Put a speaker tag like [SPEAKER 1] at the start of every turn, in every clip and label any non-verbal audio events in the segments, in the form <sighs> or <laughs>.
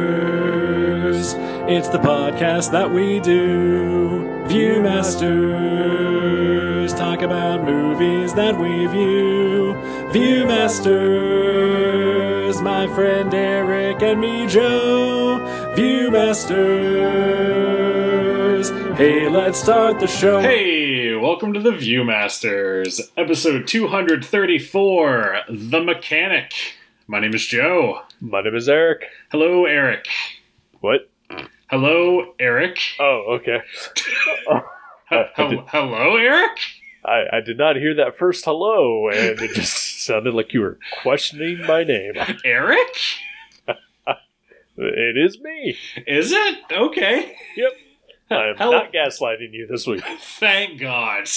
[SPEAKER 1] Viewmasters. It's the podcast that we do. Viewmasters. Talk about movies that we view. Viewmasters. My friend Eric and me, Joe. Viewmasters. Hey, let's start the show.
[SPEAKER 2] Hey, welcome to the Viewmasters, episode 234, The Mechanic. My name is Joe.
[SPEAKER 3] My name is Eric.
[SPEAKER 2] Hello, Eric.
[SPEAKER 3] What?
[SPEAKER 2] Hello, Eric.
[SPEAKER 3] Oh, okay. Uh,
[SPEAKER 2] H- hel- hello, Eric?
[SPEAKER 3] I, I did not hear that first hello, and it just <laughs> sounded like you were questioning my name.
[SPEAKER 2] Eric?
[SPEAKER 3] It is me.
[SPEAKER 2] Is it? Okay.
[SPEAKER 3] I'm
[SPEAKER 2] Hello.
[SPEAKER 3] not gaslighting you this week.
[SPEAKER 2] Thank
[SPEAKER 3] <laughs>
[SPEAKER 2] God.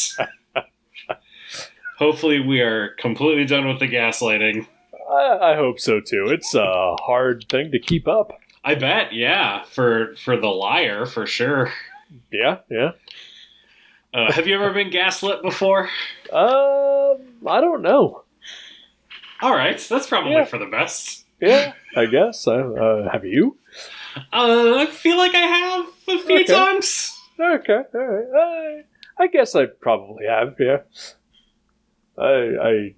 [SPEAKER 2] Hopefully, we are completely done with the gaslighting.
[SPEAKER 3] I, I hope so too. It's a hard thing to keep up.
[SPEAKER 2] I bet, yeah, for for the liar, for sure.
[SPEAKER 3] Yeah, yeah.
[SPEAKER 2] Uh, have you ever been gaslit before?
[SPEAKER 3] Um, I don't know.
[SPEAKER 2] All right, that's probably
[SPEAKER 3] Yeah.
[SPEAKER 2] for the best.
[SPEAKER 3] Yeah, I guess. I, uh, have you?
[SPEAKER 2] Uh, I feel like I have a few
[SPEAKER 3] Okay.
[SPEAKER 2] times.
[SPEAKER 3] Okay, all right. I, I guess I probably have. Yeah. I I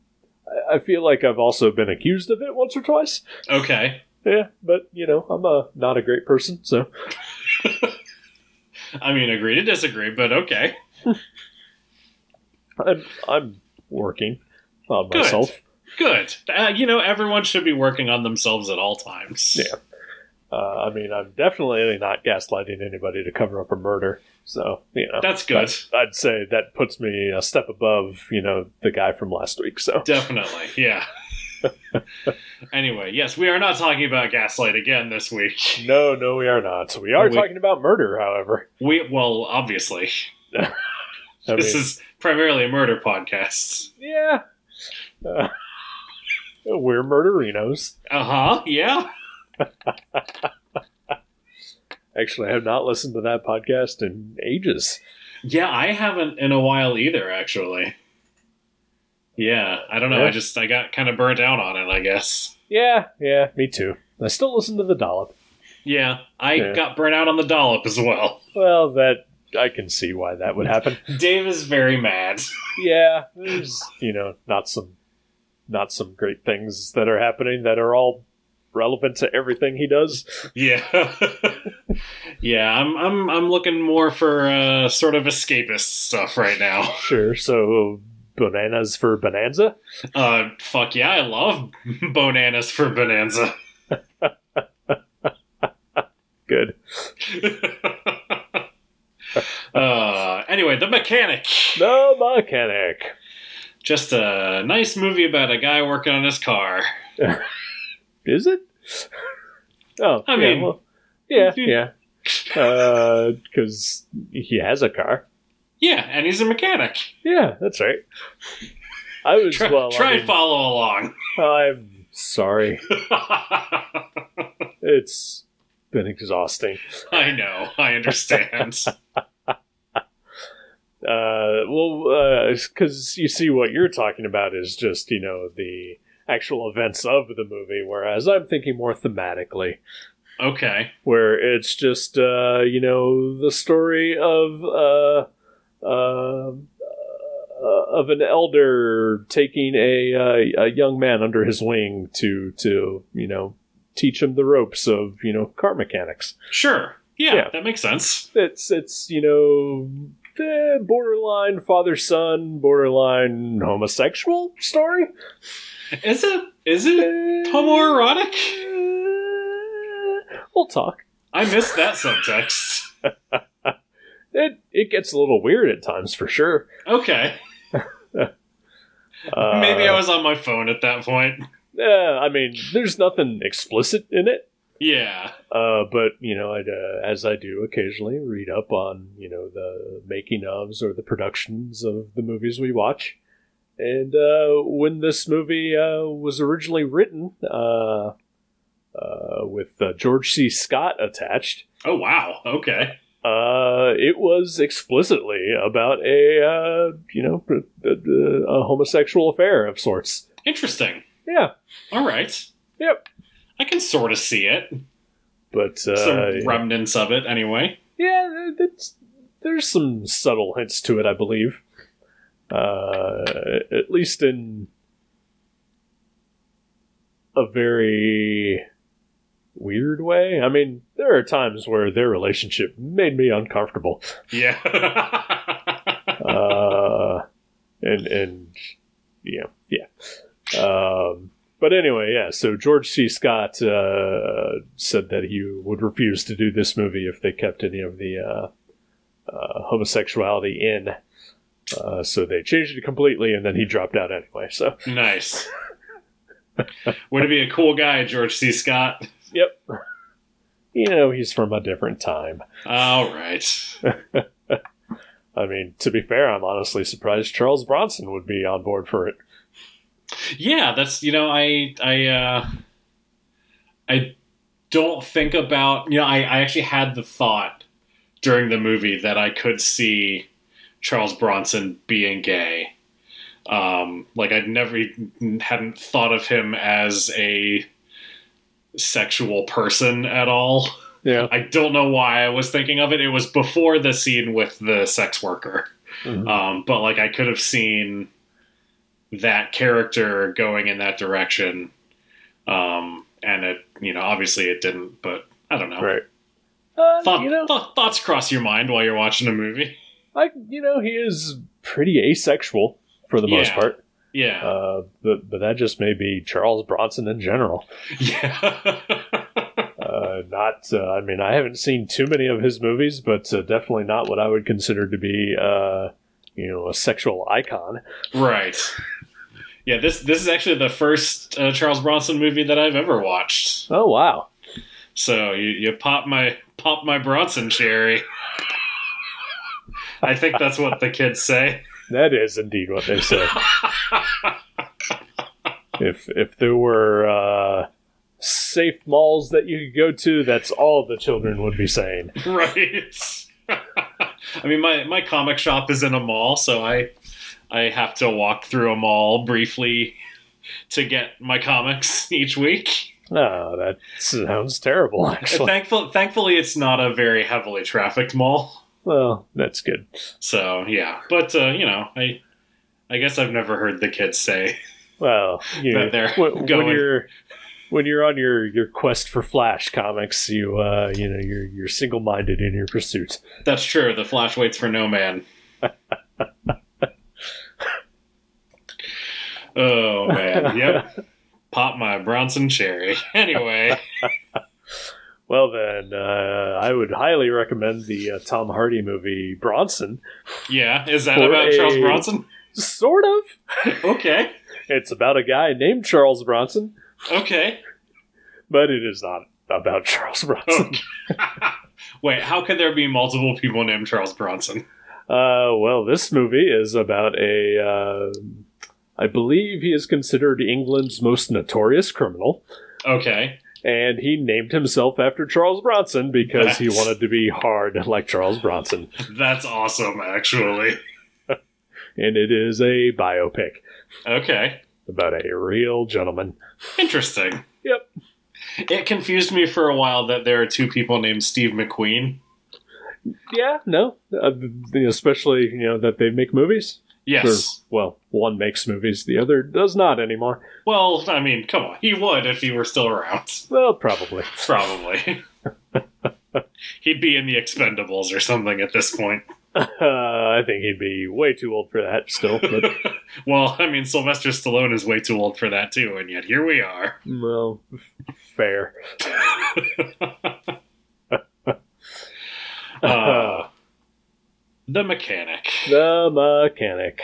[SPEAKER 3] I feel like I've also been accused of it once or twice.
[SPEAKER 2] Okay.
[SPEAKER 3] Yeah, but you know, I'm a not a great person, so
[SPEAKER 2] I mean, agree to disagree, but okay.
[SPEAKER 3] I'm I'm working on
[SPEAKER 2] Good.
[SPEAKER 3] myself.
[SPEAKER 2] Good. Uh, you know, everyone should be working on themselves at all times.
[SPEAKER 3] Yeah. Uh, I mean, I'm definitely not gaslighting anybody to cover up a murder. So you know,
[SPEAKER 2] That's good.
[SPEAKER 3] I'd say that puts me a step above you know the guy from last week. So
[SPEAKER 2] Definitely. Yeah. <laughs> anyway, yes, we are not talking about gaslight again this week.
[SPEAKER 3] no, no, we are not. We are
[SPEAKER 2] We-
[SPEAKER 3] talking about murder, however.
[SPEAKER 2] We well, obviously,
[SPEAKER 3] I
[SPEAKER 2] this
[SPEAKER 3] mean,
[SPEAKER 2] is primarily a murder podcast.
[SPEAKER 3] yeah. Uh, <laughs> we're murderinos.
[SPEAKER 2] Uh huh. Yeah.
[SPEAKER 3] Actually, I have not listened to that podcast in ages.
[SPEAKER 2] Yeah, I haven't in a while either, actually. Yeah, I don't know.
[SPEAKER 3] Yeah.
[SPEAKER 2] I just I got kind of burnt out on it, I guess.
[SPEAKER 3] Yeah, yeah, me too. I still listen to the dollop.
[SPEAKER 2] Yeah, I
[SPEAKER 3] Yeah.
[SPEAKER 2] got burnt out on the dollop as well.
[SPEAKER 3] Well, that I can see why that would
[SPEAKER 2] <laughs>
[SPEAKER 3] happen.
[SPEAKER 2] Dave is very mad.
[SPEAKER 3] yeah, there's you know not some not some great things that are happening that are all relevant to everything he does.
[SPEAKER 2] yeah, <laughs> yeah. I'm I'm I'm looking more for uh, sort of escapist stuff right now. <laughs>
[SPEAKER 3] Sure, so bananas for bonanza.
[SPEAKER 2] Uh, fuck yeah, I love <laughs> bananas for bonanza. <laughs>
[SPEAKER 3] Good.
[SPEAKER 2] uh, anyway, the mechanic.
[SPEAKER 3] The mechanic.
[SPEAKER 2] Just a nice movie about a guy working on his car.
[SPEAKER 3] Is it? <laughs> Oh,
[SPEAKER 2] I
[SPEAKER 3] yeah,
[SPEAKER 2] mean-
[SPEAKER 3] well, yeah, yeah. Because he has a car.
[SPEAKER 2] Yeah, and he's a mechanic. <laughs>
[SPEAKER 3] Yeah, that's right. I was
[SPEAKER 2] Try,
[SPEAKER 3] well.
[SPEAKER 2] try
[SPEAKER 3] I
[SPEAKER 2] and follow along. <laughs>
[SPEAKER 3] mean, I'm sorry. It's been exhausting.
[SPEAKER 2] I know. I
[SPEAKER 3] <laughs>
[SPEAKER 2] understand.
[SPEAKER 3] Uh, well, because you see, what you're talking about is just you know the actual events of the movie, whereas I'm thinking more thematically,
[SPEAKER 2] okay.
[SPEAKER 3] where it's just uh, you know the story of uh, uh, uh, of an elder taking a uh, a young man under his wing to to you know teach him the ropes of you know car mechanics.
[SPEAKER 2] Sure. Yeah,
[SPEAKER 3] Yeah.
[SPEAKER 2] that makes sense.
[SPEAKER 3] it's it's you know eh, borderline father son borderline homosexual story
[SPEAKER 2] Is it is it
[SPEAKER 3] Eh,
[SPEAKER 2] homoerotic?
[SPEAKER 3] eh, we'll talk
[SPEAKER 2] I missed that subtext.
[SPEAKER 3] it it gets a little weird at times for sure
[SPEAKER 2] Okay.
[SPEAKER 3] uh,
[SPEAKER 2] Maybe I was on my phone at that point.
[SPEAKER 3] yeah, i mean there's nothing explicit in it
[SPEAKER 2] Yeah.
[SPEAKER 3] uh, but you know, I'd, uh, as I do occasionally, read up on you know the making ofs or the productions of the movies we watch. And uh, when this movie uh, was originally written, uh, uh, with uh, George C. Scott attached,
[SPEAKER 2] Oh wow. Okay.
[SPEAKER 3] uh, it was explicitly about a uh, you know a, a- a homosexual affair of sorts.
[SPEAKER 2] Interesting.
[SPEAKER 3] Yeah,
[SPEAKER 2] All right.
[SPEAKER 3] Yep.
[SPEAKER 2] I can sort of see it.
[SPEAKER 3] But uh,
[SPEAKER 2] Some remnants of it, anyway.
[SPEAKER 3] yeah, th- that's, there's some subtle hints to it, I believe. Uh, at least in a very weird way. I mean, there are times where their relationship made me uncomfortable.
[SPEAKER 2] Yeah.
[SPEAKER 3] uh, and and yeah, yeah. Um, but anyway, yeah. So George C. Scott uh, said that he would refuse to do this movie if they kept any of the uh, uh, homosexuality in. Uh, so they changed it completely, and then he dropped out anyway. So
[SPEAKER 2] <laughs> nice. Would it be a cool guy, George C. Scott?
[SPEAKER 3] yep. <laughs> You know, he's from a different time.
[SPEAKER 2] All right.
[SPEAKER 3] I mean, to be fair, I'm honestly surprised Charles Bronson would be on board for it.
[SPEAKER 2] Yeah, that's you know, I I uh I don't think about you know, I, I actually had the thought during the movie that I could see Charles Bronson being gay. Um like I'd never hadn't thought of him as a sexual person at all.
[SPEAKER 3] Yeah.
[SPEAKER 2] I don't know why I was thinking of it. It was before the scene with the sex worker.
[SPEAKER 3] Mhm.
[SPEAKER 2] Um, but like I could have seen that character going in that direction. Um, and it, you know, obviously it didn't, but I don't know.
[SPEAKER 3] <laughs> Right. Uh,
[SPEAKER 2] Thought,
[SPEAKER 3] you know,
[SPEAKER 2] thought- thoughts cross your mind while you're watching a movie. <laughs>
[SPEAKER 3] I you know he is pretty asexual for the most
[SPEAKER 2] Yeah.
[SPEAKER 3] part.
[SPEAKER 2] Yeah.
[SPEAKER 3] Uh, but, but that just may be Charles Bronson in general.
[SPEAKER 2] <laughs> yeah.
[SPEAKER 3] Uh, not uh, I mean I haven't seen too many of his movies, but uh, definitely not what I would consider to be uh, you know a sexual icon.
[SPEAKER 2] right. Yeah, this this is actually the first uh, Charles Bronson movie that I've ever watched.
[SPEAKER 3] Oh wow,
[SPEAKER 2] So you, you pop my pop my Bronson cherry. <laughs> I think that's what the kids say.
[SPEAKER 3] that is indeed what they say. if if there were uh, safe malls that you could go to, that's all the children would be saying.
[SPEAKER 2] <laughs> right i mean my my comic shop is in a mall so i i have to walk through a mall briefly to get my comics <laughs> each week
[SPEAKER 3] Oh, that sounds terrible. Actually,
[SPEAKER 2] thankful thankfully it's not a very heavily trafficked mall
[SPEAKER 3] well, that's good.
[SPEAKER 2] so yeah but uh, you know i i guess i've never heard the kids say
[SPEAKER 3] Well, you
[SPEAKER 2] That they're
[SPEAKER 3] when, when
[SPEAKER 2] going.
[SPEAKER 3] you're when you're on your, your quest for Flash comics, you uh, you know you're you're single minded in your pursuit.
[SPEAKER 2] that's true the flash waits for no man oh man yep pop my bronson cherry <laughs> anyway
[SPEAKER 3] Well, then uh, I would highly recommend the uh, Tom Hardy movie Bronson.
[SPEAKER 2] Yeah, is that
[SPEAKER 3] For
[SPEAKER 2] about
[SPEAKER 3] a-
[SPEAKER 2] Charles Bronson?
[SPEAKER 3] Sort of.
[SPEAKER 2] Okay,
[SPEAKER 3] It's about a guy named Charles Bronson,
[SPEAKER 2] okay.
[SPEAKER 3] but it is not about <laughs> Charles Bronson.
[SPEAKER 2] okay. Oh. <laughs> Wait, how could there be multiple people named Charles Bronson?
[SPEAKER 3] Uh, well, this movie is about a. Uh, I believe he is considered England's most notorious criminal.
[SPEAKER 2] Okay,
[SPEAKER 3] and he named himself after Charles Bronson because he
[SPEAKER 2] That's-
[SPEAKER 3] wanted to be hard like Charles Bronson.
[SPEAKER 2] that's awesome, actually.
[SPEAKER 3] And it is a biopic
[SPEAKER 2] Okay,
[SPEAKER 3] about a real gentleman.
[SPEAKER 2] interesting.
[SPEAKER 3] Yep.
[SPEAKER 2] It confused me for a while that there are two people named Steve McQueen.
[SPEAKER 3] Yeah, no, uh, especially you know that they make movies.
[SPEAKER 2] Yes.
[SPEAKER 3] Or, well, one makes movies, the other does not anymore.
[SPEAKER 2] Well, I mean, come on. He would if he were still around. <laughs>
[SPEAKER 3] Well, probably.
[SPEAKER 2] Probably. He'd be in the Expendables or something at this point.
[SPEAKER 3] Uh, I think he'd be way too old for that still. But
[SPEAKER 2] well, I mean, Sylvester Stallone is way too old for that too, and yet here we are.
[SPEAKER 3] well, f- fair.
[SPEAKER 2] Uh, the mechanic.
[SPEAKER 3] The mechanic.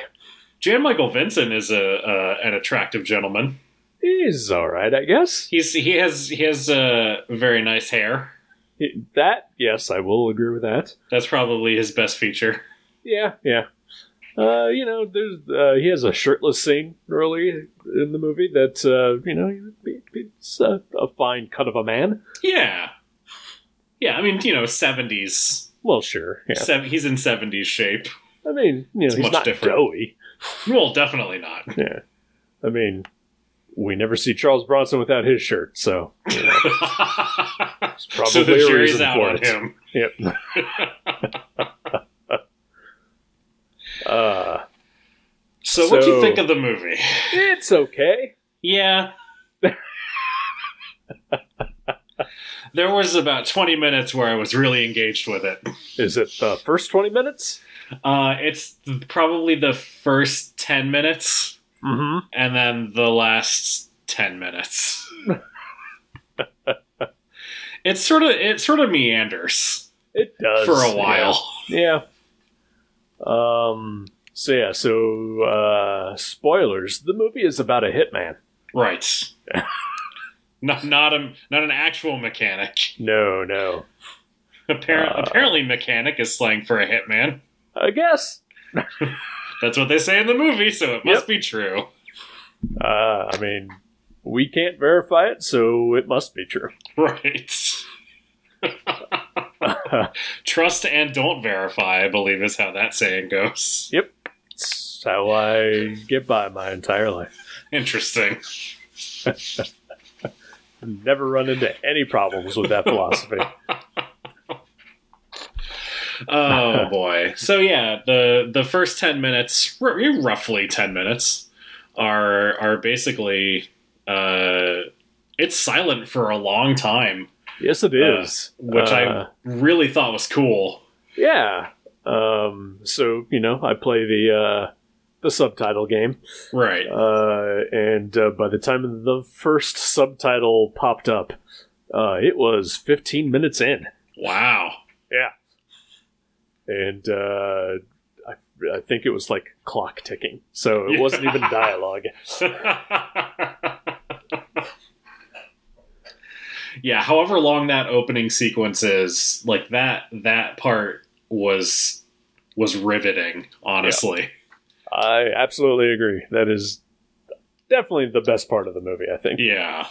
[SPEAKER 2] Jan Michael Vincent is a uh, an attractive gentleman.
[SPEAKER 3] He's all right, I guess.
[SPEAKER 2] He's he has he has uh, very nice hair.
[SPEAKER 3] He- that, yes, I will agree with that.
[SPEAKER 2] That's probably his best feature.
[SPEAKER 3] Yeah, yeah. Uh, you know, there's uh, he has a shirtless scene early in the movie that uh, you know it's a, a fine cut of a man.
[SPEAKER 2] Yeah, yeah. I mean, you know, seventies.
[SPEAKER 3] Well, sure. Yeah.
[SPEAKER 2] Sev he's in seventies shape.
[SPEAKER 3] I mean, you know,
[SPEAKER 2] It's
[SPEAKER 3] he's
[SPEAKER 2] much
[SPEAKER 3] not
[SPEAKER 2] different. <laughs>
[SPEAKER 3] doughy.
[SPEAKER 2] Well, definitely not.
[SPEAKER 3] I mean, we never see Charles Bronson without his shirt, so it's probably
[SPEAKER 2] so the
[SPEAKER 3] a
[SPEAKER 2] jury's
[SPEAKER 3] reason
[SPEAKER 2] out
[SPEAKER 3] for
[SPEAKER 2] on
[SPEAKER 3] it.
[SPEAKER 2] him.
[SPEAKER 3] Yep. uh,
[SPEAKER 2] So, what'd you
[SPEAKER 3] So-
[SPEAKER 2] think of the movie?
[SPEAKER 3] it's okay. <laughs>
[SPEAKER 2] Yeah. there was about 20 minutes where I was really engaged with it.
[SPEAKER 3] Is it the first twenty minutes?
[SPEAKER 2] Uh, it's th- probably the first 10 minutes
[SPEAKER 3] Mm-hmm.
[SPEAKER 2] and then the last 10
[SPEAKER 3] <laughs>
[SPEAKER 2] minutes. it's sort of it sort of meanders
[SPEAKER 3] It does
[SPEAKER 2] for a
[SPEAKER 3] yeah.
[SPEAKER 2] while.
[SPEAKER 3] Yeah. Um. So yeah. So uh, spoilers. The movie is about a hitman. <laughs>
[SPEAKER 2] Right. not not a not an actual mechanic.
[SPEAKER 3] No, no.
[SPEAKER 2] Appar-
[SPEAKER 3] Uh.
[SPEAKER 2] apparently mechanic is slang for a hitman.
[SPEAKER 3] I guess.
[SPEAKER 2] That's what they say in the movie, so it must be true. <laughs>
[SPEAKER 3] Uh, I mean, we can't verify it, so it must be true. <laughs>
[SPEAKER 2] Right. Trust and don't verify, I believe is how that saying goes.
[SPEAKER 3] It's how I get by my entire life.
[SPEAKER 2] Interesting.
[SPEAKER 3] Never run into any problems with that
[SPEAKER 2] <laughs>
[SPEAKER 3] philosophy.
[SPEAKER 2] Oh boy. So yeah, the the first 10 minutes, r- roughly 10 minutes are are basically uh it's silent for a long time,
[SPEAKER 3] Yes, it is.
[SPEAKER 2] which
[SPEAKER 3] Uh,
[SPEAKER 2] I really thought was cool.
[SPEAKER 3] yeah. Um, so you know, I play the uh, the subtitle game,
[SPEAKER 2] Right.
[SPEAKER 3] uh, and uh, by the time the first subtitle popped up, uh, it was 15 minutes in.
[SPEAKER 2] Wow. <laughs>
[SPEAKER 3] and uh, I, I think it was like clock ticking, so it wasn't even
[SPEAKER 2] <laughs>
[SPEAKER 3] dialogue.
[SPEAKER 2] yeah, however long that opening sequence is, like that that part was was riveting, honestly.
[SPEAKER 3] I absolutely agree. That is definitely the best part of the movie. I think.
[SPEAKER 2] Yeah.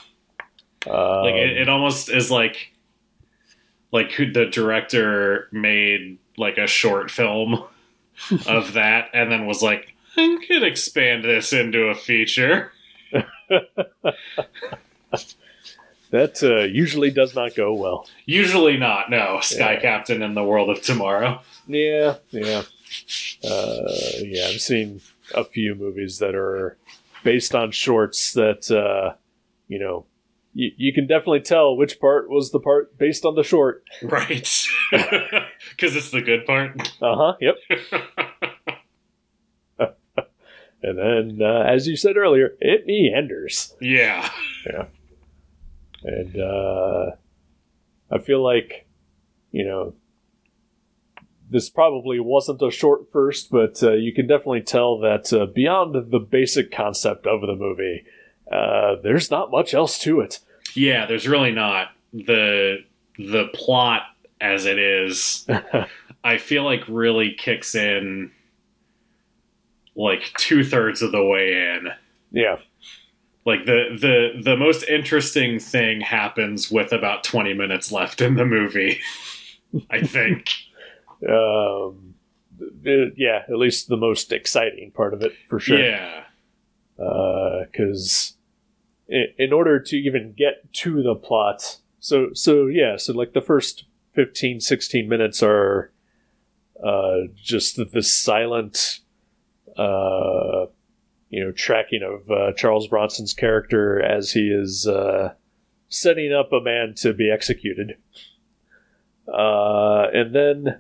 [SPEAKER 3] Um,
[SPEAKER 2] Like it, it almost is like like who the director made like a
[SPEAKER 3] <laughs>
[SPEAKER 2] short film of that and then was like, I could expand this into a feature.
[SPEAKER 3] that uh, usually does not go well.
[SPEAKER 2] Usually not, no. Sky
[SPEAKER 3] Yeah.
[SPEAKER 2] Captain in the World of Tomorrow.
[SPEAKER 3] Yeah, yeah, uh, yeah. I've seen a few movies that are based on shorts that uh, you know. You, you can definitely tell which part was the part based on the short.
[SPEAKER 2] <laughs> Right. Because it's the good part.
[SPEAKER 3] Uh huh. Yep. <laughs> and then, uh, as you said earlier, it meanders,
[SPEAKER 2] Yeah.
[SPEAKER 3] and uh, I feel like you know this probably wasn't a short first, but uh, you can definitely tell that uh, beyond the basic concept of the movie, uh, there's not much else to it.
[SPEAKER 2] Yeah, there's really not the the plot as
[SPEAKER 3] <laughs>
[SPEAKER 2] it is. I feel like really kicks in like two thirds of the way in.
[SPEAKER 3] Yeah.
[SPEAKER 2] Like the the the most interesting thing happens with about twenty minutes left in the movie. I think.
[SPEAKER 3] Um, th- yeah. At least the most exciting part of it, for <laughs> sure.
[SPEAKER 2] Yeah.
[SPEAKER 3] because Uh, in, in order to even get to the plot so so yeah so like the first 15 16 minutes are uh, just the, the silent uh, you know tracking of uh, charles bronson's character as he is uh, setting up a man to be executed uh, and then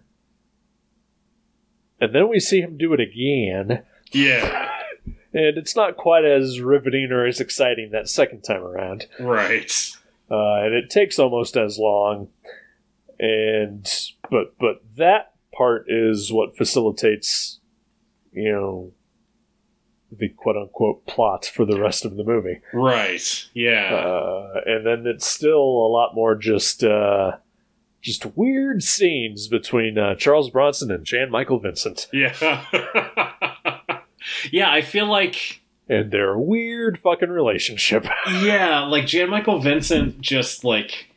[SPEAKER 3] and then we see him do it again
[SPEAKER 2] Yeah.
[SPEAKER 3] and it's not quite as riveting or as exciting that second time around.
[SPEAKER 2] Right.
[SPEAKER 3] Uh, and it takes almost as long. And but but that part is what facilitates, you know, the quote unquote plot for the rest of the movie.
[SPEAKER 2] Right. Yeah.
[SPEAKER 3] Uh, and then it's still a lot more just uh, just weird scenes between uh, Charles Bronson and Jan Michael Vincent.
[SPEAKER 2] yeah. <laughs> yeah, I feel like
[SPEAKER 3] And their weird fucking relationship. <laughs>
[SPEAKER 2] Yeah, like Jan Michael Vincent just like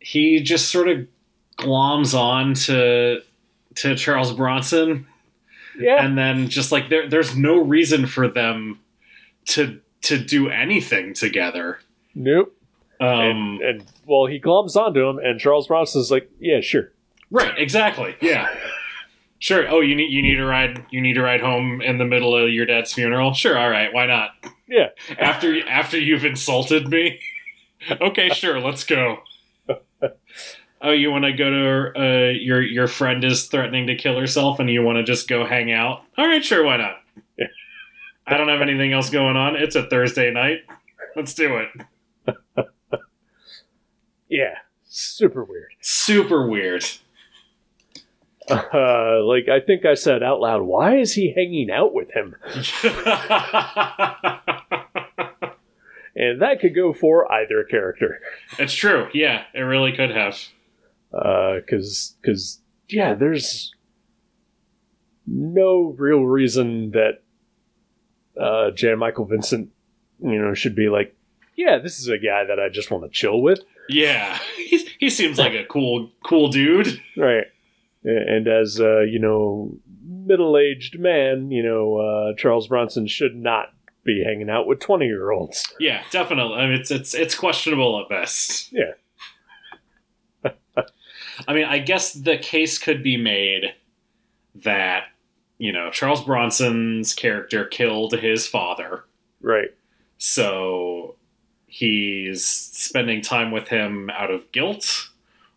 [SPEAKER 2] he just sort of gloms on to to Charles Bronson
[SPEAKER 3] yeah.
[SPEAKER 2] and then just like there there's no reason for them to to do anything together.
[SPEAKER 3] Nope.
[SPEAKER 2] Um,
[SPEAKER 3] and, and well, he gloms onto him, and Charles Bronson's like, "Yeah, sure."
[SPEAKER 2] right, exactly. Yeah. Sure. Oh, you need you need a ride. You need a ride home in the middle of your dad's funeral. Sure. All right. Why not?
[SPEAKER 3] Yeah.
[SPEAKER 2] After after you've insulted me. okay. Sure. Let's go. Oh, you want to go to uh, your your friend is threatening to kill herself, and you want to just go hang out? All right. Sure. Why not? I don't have anything else going on. It's a Thursday night. Let's do it.
[SPEAKER 3] Yeah. Super weird.
[SPEAKER 2] Super weird.
[SPEAKER 3] <laughs>
[SPEAKER 2] <laughs>
[SPEAKER 3] Uh, like I think I said out loud, "Why is he hanging out with him?" And that could go for either character.
[SPEAKER 2] it's true. Yeah, it really could have.
[SPEAKER 3] because because uh, yeah, there's no real reason that uh, Jan Michael Vincent, you know, should be like, yeah, this is a guy that I just want to chill with,
[SPEAKER 2] Yeah, <laughs> he, he seems like a cool cool dude.
[SPEAKER 3] right? And as uh, you know, middle-aged man, you know, uh, Charles Bronson should not be hanging out with twenty-year-olds.
[SPEAKER 2] Yeah, definitely. I mean, it's it's it's questionable at best.
[SPEAKER 3] Yeah.
[SPEAKER 2] <laughs> I mean, I guess the case could be made that you know Charles Bronson's character killed his father,
[SPEAKER 3] Right.
[SPEAKER 2] so he's spending time with him out of guilt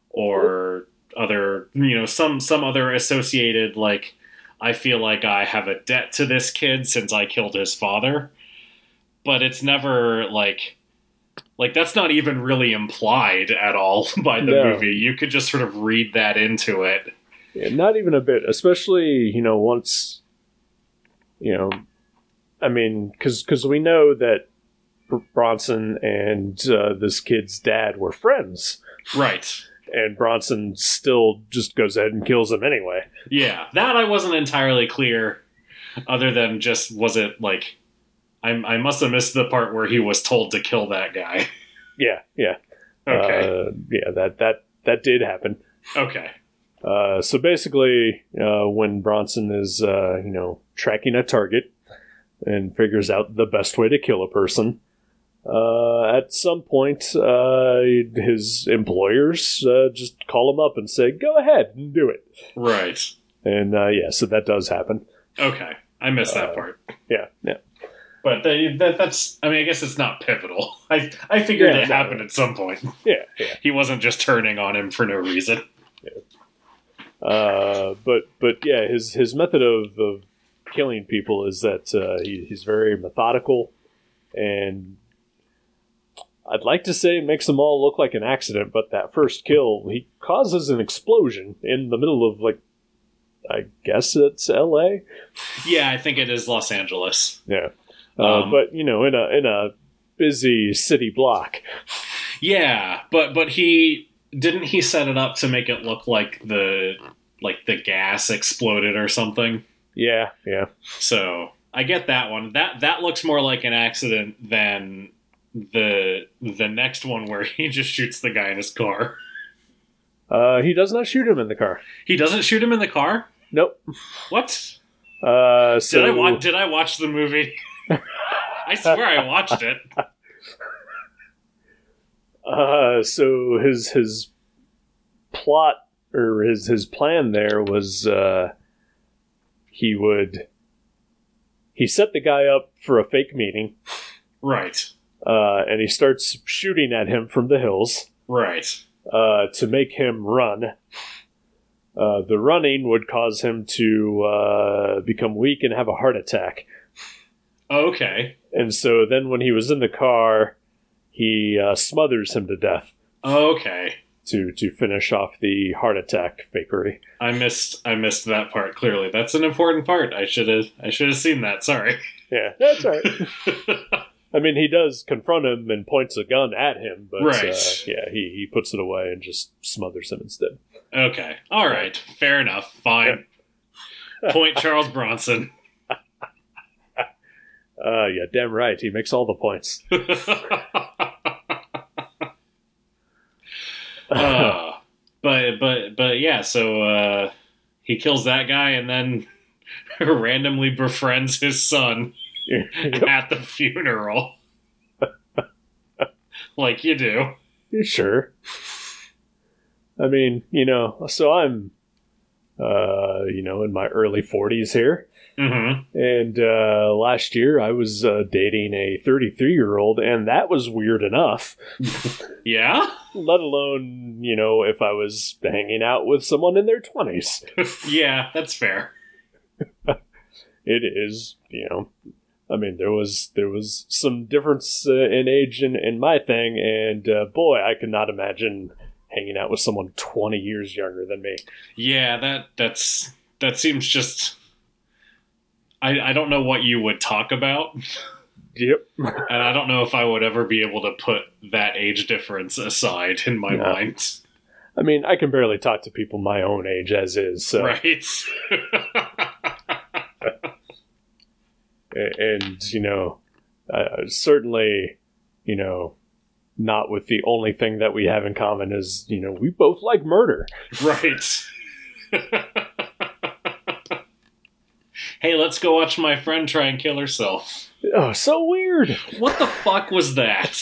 [SPEAKER 2] or other you know some some other associated like i feel like i have a debt to this kid since i killed his father but it's never like like that's not even really implied at all <laughs> by the
[SPEAKER 3] No.
[SPEAKER 2] movie you could just sort of read that into it
[SPEAKER 3] Yeah, not even a bit, especially, you know, once, you know, I mean, because we know that Br- Bronson and uh, this kid's dad were friends,
[SPEAKER 2] right
[SPEAKER 3] and Bronson still just goes ahead and kills him anyway.
[SPEAKER 2] Yeah, that I wasn't entirely clear. Other than just was it like, I I must have missed the part where he was told to kill that guy. <laughs>
[SPEAKER 3] Yeah, yeah.
[SPEAKER 2] Okay,
[SPEAKER 3] Uh, yeah, that, that, that did happen.
[SPEAKER 2] okay,
[SPEAKER 3] Uh, so basically, uh, when Bronson is, uh, you know, tracking a target and figures out the best way to kill a person, uh, at some point, uh, his employers uh, just call him up and say, go ahead and do it.
[SPEAKER 2] right,
[SPEAKER 3] And uh, yeah, so that does happen.
[SPEAKER 2] okay. I missed
[SPEAKER 3] Uh,
[SPEAKER 2] that part,
[SPEAKER 3] Yeah, yeah.
[SPEAKER 2] but they, that that's. I mean, I guess it's not pivotal. <laughs> I I figured
[SPEAKER 3] Yeah,
[SPEAKER 2] it
[SPEAKER 3] no.
[SPEAKER 2] happened at some point. <laughs>
[SPEAKER 3] Yeah, yeah.
[SPEAKER 2] He wasn't just turning on him for no reason.
[SPEAKER 3] Uh, but but yeah, his his method of, of killing people is that uh, he, he's very methodical, and I'd like to say it makes them all look like an accident. But that first kill, he causes an explosion in the middle of like, I guess it's L.A.
[SPEAKER 2] Yeah, I think it is Los Angeles.
[SPEAKER 3] Yeah, uh,
[SPEAKER 2] Um,
[SPEAKER 3] but you know, in a in a busy city block.
[SPEAKER 2] Yeah, but but he didn't he set it up to make it look like the like the gas exploded or something.
[SPEAKER 3] Yeah, yeah,
[SPEAKER 2] So I get that one. That that looks more like an accident than the the next one where <laughs> he just shoots the guy in his car.
[SPEAKER 3] uh, he does not shoot him in the car.
[SPEAKER 2] He doesn't shoot him in the car.
[SPEAKER 3] Nope.
[SPEAKER 2] What
[SPEAKER 3] Uh, so
[SPEAKER 2] did I watch? Did I watch the movie? <laughs> I swear I watched it.
[SPEAKER 3] Uh, so his his plot or his his plan there was uh, he would he set the guy up for a fake meeting,
[SPEAKER 2] Right,
[SPEAKER 3] uh, and he starts shooting at him from the hills
[SPEAKER 2] right,
[SPEAKER 3] uh, to make him run. Uh, the running would cause him to uh, become weak and have a heart attack.
[SPEAKER 2] okay,
[SPEAKER 3] And so then, when he was in the car, he uh, smothers him to death
[SPEAKER 2] okay.
[SPEAKER 3] to to finish off the heart attack fakery.
[SPEAKER 2] I missed I missed that part clearly. That's an important part. I should have I should have seen that. Sorry.
[SPEAKER 3] Yeah, that's all right. <laughs> I mean, he does confront him and points a gun at him, but uh,
[SPEAKER 2] Right.
[SPEAKER 3] yeah, he, he puts it away and just smothers him instead.
[SPEAKER 2] Okay. All right. Fair enough. Fine. Point Charles Bronson.
[SPEAKER 3] Uh, yeah, damn right. He makes all the points.
[SPEAKER 2] Uh, but but but yeah, so uh, he kills that guy and then <laughs> randomly befriends his son
[SPEAKER 3] Yep.
[SPEAKER 2] at the funeral. <laughs> like you do.
[SPEAKER 3] Sure. I mean, you know, so I'm, uh, you know, in my early 40s here.
[SPEAKER 2] Mm-hmm.
[SPEAKER 3] And uh, last year I was uh, dating a 33 year old, and that was weird enough.
[SPEAKER 2] Yeah.
[SPEAKER 3] Let alone, you know, if I was hanging out with someone in their 20s.
[SPEAKER 2] yeah, that's fair.
[SPEAKER 3] It is, you know, I mean, there was there was some difference uh, in age in, in my thing, and uh, boy, I could not imagine hanging out with someone 20 years younger than me.
[SPEAKER 2] Yeah, that that's that seems just. I, I don't know what you would talk about,
[SPEAKER 3] Yep.
[SPEAKER 2] and I don't know if I would ever be able to put that age difference aside in my
[SPEAKER 3] No.
[SPEAKER 2] mind.
[SPEAKER 3] I mean, I can barely talk to people my own age as is, so
[SPEAKER 2] Right. <laughs>
[SPEAKER 3] a- and you know, uh, certainly, you know, not with the only thing that we have in common is you know we both like murder.
[SPEAKER 2] right. hey, let's go watch my friend try and kill herself.
[SPEAKER 3] Oh, so weird.
[SPEAKER 2] What the fuck was that?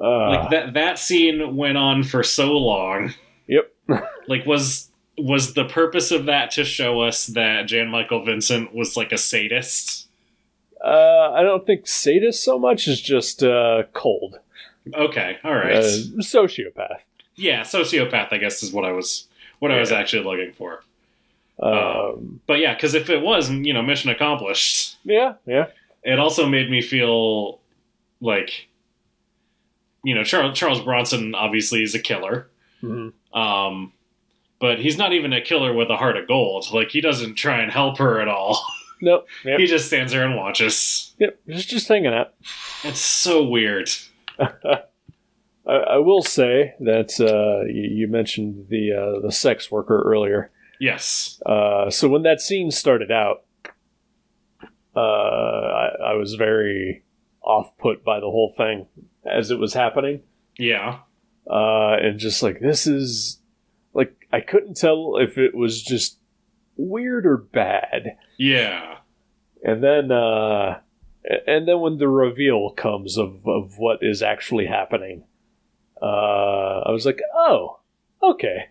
[SPEAKER 3] Uh,
[SPEAKER 2] like that that scene went on for so long.
[SPEAKER 3] Yep. <laughs>
[SPEAKER 2] like was was the purpose of that to show us that Jan Michael Vincent was like a sadist?
[SPEAKER 3] uh, I don't think sadist so much is just uh, cold,
[SPEAKER 2] Okay, all right.
[SPEAKER 3] uh, sociopath.
[SPEAKER 2] yeah, sociopath I guess is what I was what I was
[SPEAKER 3] Yeah.
[SPEAKER 2] actually looking for. Oh.
[SPEAKER 3] Um,
[SPEAKER 2] But yeah, cuz if it was, you know, mission accomplished.
[SPEAKER 3] yeah, yeah,
[SPEAKER 2] it also made me feel like you know Charles Charles Bronson obviously is a killer
[SPEAKER 3] Mhm.
[SPEAKER 2] um but he's not even a killer with a heart of gold like he doesn't try and help her at all <laughs>
[SPEAKER 3] Nope. Yep.
[SPEAKER 2] he just stands there and watches
[SPEAKER 3] yep. Just just hanging out.
[SPEAKER 2] it's so weird
[SPEAKER 3] I, I will say that uh, you, you mentioned the uh, the sex worker earlier.
[SPEAKER 2] yes
[SPEAKER 3] Uh, so when that scene started out, uh, I, I was very off put by the whole thing as it was happening,
[SPEAKER 2] yeah
[SPEAKER 3] uh, and just like this is like I couldn't tell if it was just weird or bad.
[SPEAKER 2] yeah
[SPEAKER 3] And then uh, a- and then when the reveal comes of of what is actually happening, uh, I was like, oh, okay,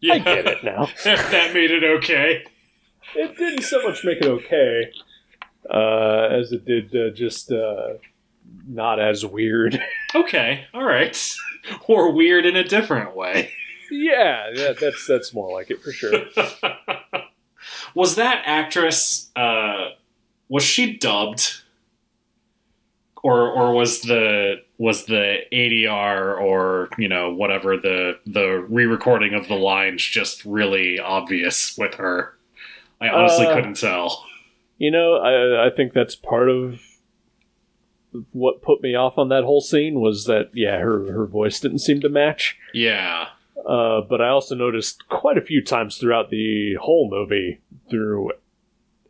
[SPEAKER 2] yeah
[SPEAKER 3] I get it now.
[SPEAKER 2] <laughs> that made it okay
[SPEAKER 3] <laughs> it didn't so much make it okay uh, as it did uh, just uh, not as weird. <laughs>
[SPEAKER 2] okay all right <laughs> or weird in a different way <laughs>
[SPEAKER 3] yeah, that, that's that's more like it for sure.
[SPEAKER 2] was that actress uh was she dubbed or or was the was the ADR or you know whatever the the re-recording of the lines just really obvious with her I honestly
[SPEAKER 3] Uh,
[SPEAKER 2] couldn't tell
[SPEAKER 3] You know, I, I think that's part of what put me off on that whole scene was that yeah, her her voice didn't seem to match.
[SPEAKER 2] yeah
[SPEAKER 3] Uh, but I also noticed quite a few times throughout the whole movie through.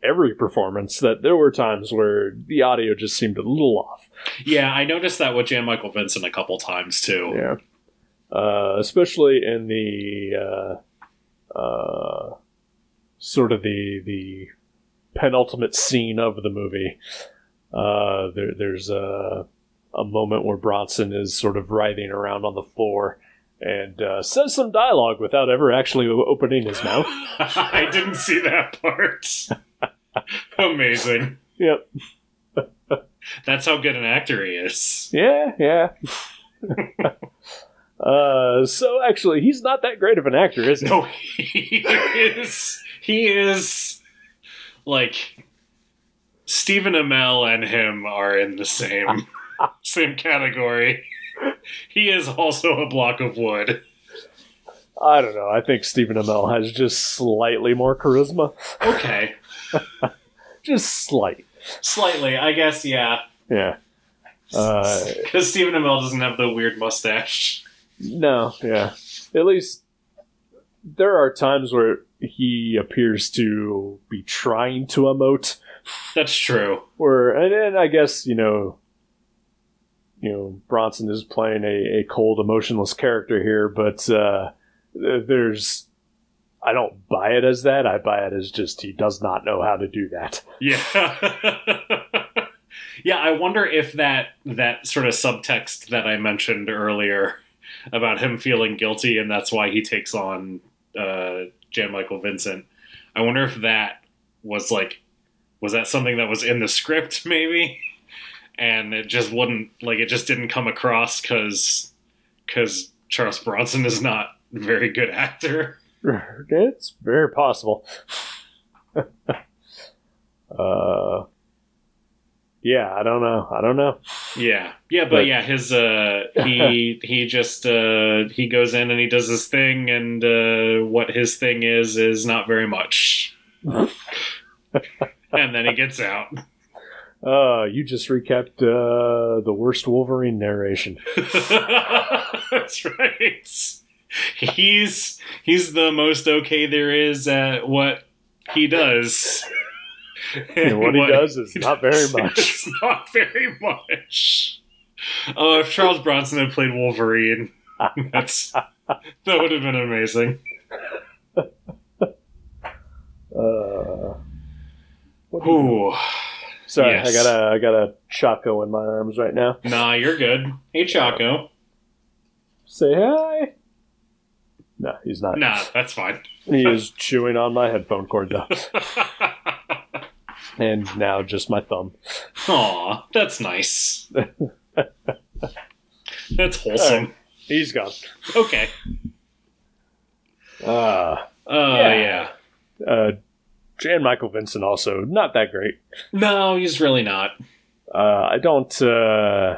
[SPEAKER 3] Every performance that there were times where the audio just seemed a little off.
[SPEAKER 2] yeah I noticed that with Jan Michael Vincent a couple times too
[SPEAKER 3] Yeah. Uh, especially in the uh, uh, sort of the the penultimate scene of the movie. Uh, there, there's a a moment where Bronson is sort of writhing around on the floor and uh, says some dialogue without ever actually o- opening his mouth.
[SPEAKER 2] <laughs> I didn't see that part <laughs> amazing
[SPEAKER 3] Yep.
[SPEAKER 2] that's how good an actor he is
[SPEAKER 3] Yeah. Yeah. <laughs> uh, so actually, he's not that great of an actor, is he?
[SPEAKER 2] No, he is. He is like Stephen Amell and him are in
[SPEAKER 3] <laughs>
[SPEAKER 2] the same same category. He is also a block of wood.
[SPEAKER 3] I don't know. I think Stephen Amell has just slightly more charisma.
[SPEAKER 2] Okay,
[SPEAKER 3] Just slight.
[SPEAKER 2] slightly, I guess. Yeah,
[SPEAKER 3] Yeah. Uh,
[SPEAKER 2] because Stephen Amell doesn't have the weird mustache.
[SPEAKER 3] no, yeah. At least there are times where he appears to be trying to emote
[SPEAKER 2] That's true.
[SPEAKER 3] or and, and I guess, you know, you know, Bronson is playing a, a cold, emotionless character here, but uh, th- there's I don't buy it as that. I buy it as just he does not know how to do that.
[SPEAKER 2] Yeah. <laughs> Yeah, I wonder if that that sort of subtext that I mentioned earlier about him feeling guilty and that's why he takes on uh, Jan Michael Vincent. I wonder if that was like was that something that was in the script <laughs> maybe, and it just wouldn't like it just didn't come across because because Charles Bronson is not a very good actor.
[SPEAKER 3] <laughs> it's very possible. <laughs> uh, yeah, I don't know. I don't know.
[SPEAKER 2] Yeah, yeah, but,
[SPEAKER 3] But-
[SPEAKER 2] yeah, his
[SPEAKER 3] <laughs>
[SPEAKER 2] uh, he he just uh, he goes in and he does his thing, and uh, what his thing is is not
[SPEAKER 3] <laughs>
[SPEAKER 2] very much, and then he gets out. <laughs>
[SPEAKER 3] Uh, you just recapped uh, the worst Wolverine narration.
[SPEAKER 2] That's right. He's he's the most okay there is at what he does.
[SPEAKER 3] And what
[SPEAKER 2] <laughs>
[SPEAKER 3] he does is not very much.
[SPEAKER 2] It's not very much. Oh, if Charles Bronson had played Wolverine, <laughs> that's that would have been amazing.
[SPEAKER 3] Uh, what do you-
[SPEAKER 2] Ooh.
[SPEAKER 3] sorry,
[SPEAKER 2] yes.
[SPEAKER 3] I got a I got a Chaco in my arms right now.
[SPEAKER 2] Nah, you're good. Hey, Chaco.
[SPEAKER 3] Say hi. No, he's not.
[SPEAKER 2] Nah, that's fine. <laughs>
[SPEAKER 3] He is chewing on my headphone cord though, and now just my thumb.
[SPEAKER 2] Aw, that's nice. That's wholesome.
[SPEAKER 3] He's gone.
[SPEAKER 2] Okay.
[SPEAKER 3] Uh,
[SPEAKER 2] Uh,
[SPEAKER 3] Yeah.
[SPEAKER 2] yeah.
[SPEAKER 3] uh, Jan Michael Vincent also not that great.
[SPEAKER 2] No, he's really not.
[SPEAKER 3] Uh, I don't uh,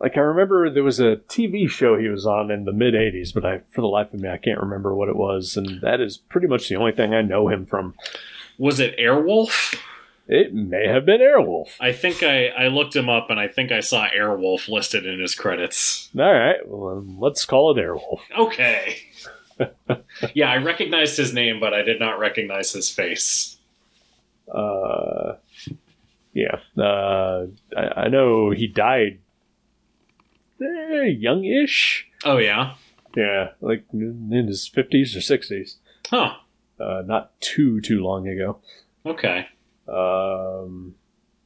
[SPEAKER 3] like. I remember there was a TV show he was on in the mid '80s, but I, for the life of me, I can't remember what it was. And that is pretty much the only thing I know him from.
[SPEAKER 2] Was it Airwolf?
[SPEAKER 3] It may have been Airwolf.
[SPEAKER 2] I think I, I looked him up and I think I saw Airwolf listed in his credits.
[SPEAKER 3] All right, well, then let's call it Airwolf.
[SPEAKER 2] Okay. yeah, I recognized his name, but I did not recognize his face.
[SPEAKER 3] Uh, yeah, uh, I, I know he died eh, youngish.
[SPEAKER 2] Oh, yeah?
[SPEAKER 3] Yeah, like in in his 50s or 60s.
[SPEAKER 2] Huh.
[SPEAKER 3] Uh, not too too long ago.
[SPEAKER 2] Okay.
[SPEAKER 3] Um,